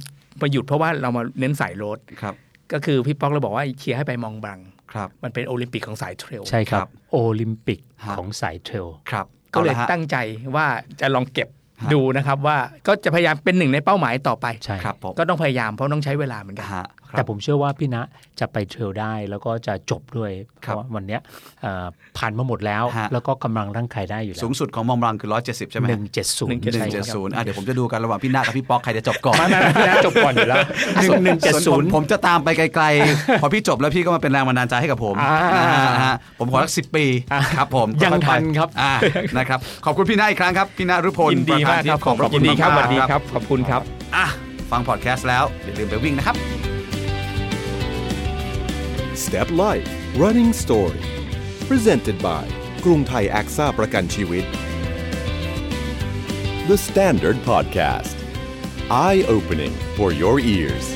Speaker 4: มาหยุดเพราะว่าเรามาเน้นสายโรด
Speaker 2: ครับ
Speaker 4: ก็คือพี่ป๊อกเราบอกว่าเชียร์ให้ไปมองบัง
Speaker 2: ครับ
Speaker 4: มันเป็นโอลิมปิกของสายเทรล
Speaker 3: ใช่ครั
Speaker 2: ครับ บ
Speaker 3: โอลิมปิก
Speaker 2: ฮะ
Speaker 3: ของสายเทรล
Speaker 2: ครับ
Speaker 4: ก็เลย
Speaker 2: อาะฮะ
Speaker 4: ตั้งใจว่าจะลองเก็บ
Speaker 2: ฮะ
Speaker 4: ดูนะครับว่าก็จะพยายามเป็นหนึ่งในเป้าหมายต่อไป
Speaker 3: ใช่
Speaker 2: ครับผม
Speaker 4: ก็ต้องพยายามเพราะต้องใช้เวลาเหมือนกัน
Speaker 2: ฮะครับ
Speaker 3: แต่ผมเชื่อว่าพี่ณะจะไปเทรลได้แล้วก็จะจบด้วยเพ
Speaker 2: ครับ
Speaker 3: ราะว่าวันเนี้ยเอ่อผ่านมาหมดแล้ว
Speaker 2: ฮะ
Speaker 3: แล้วก็กำลังร่างกายได้อยู่แล้
Speaker 2: สู
Speaker 3: ว
Speaker 2: งสุดของมอมรังคือ 170 ใช่ไหม
Speaker 3: ห
Speaker 2: ฮะ
Speaker 3: นึ่งเจ็ดศูนย์
Speaker 2: หนึ่ง
Speaker 3: ใช่
Speaker 2: เจ็ด
Speaker 3: ครับ
Speaker 2: ศูนย์อ่ะเดี๋ยวผมจะดูกันระหว่างพี่นากับพี่ป๊อกใครจะจบก่อน
Speaker 4: มานะพี่นะจบก่อนอยู่แล้ว
Speaker 3: หนึ่งหนึ่งเจ็ด
Speaker 2: ส่
Speaker 3: ศู
Speaker 2: วน น
Speaker 3: ย์
Speaker 2: ผมผมจะตามไปไกลๆ พอพี่จบแล้วพี่ก็มาเป็นแรงบันดาลใจให้กับผม
Speaker 3: อ่า
Speaker 2: นะฮะผมขอสักสิปีครับผม
Speaker 3: ยัง
Speaker 2: ค่อๆไป
Speaker 3: ทันครับ
Speaker 2: อ่านะครับขอบคุณพี่นาอีกครั้งครับพี่นารุพล
Speaker 4: ยินดีมากครับ
Speaker 2: ประธนที่ของ
Speaker 4: ยินดีครับส
Speaker 2: ขอ
Speaker 4: วัส
Speaker 2: ณ
Speaker 4: ดี
Speaker 2: มาก
Speaker 4: ครับ ขอบคุณครับ
Speaker 2: อ่ะฟังพอดแคสต์แล้วอย่าลืมไปวิ่งนะครับ
Speaker 1: Step Life Running Story Presented by กรุงไทยแอคซ่าประกันชีวิต The Standard Podcast Eye Opening for Your Ears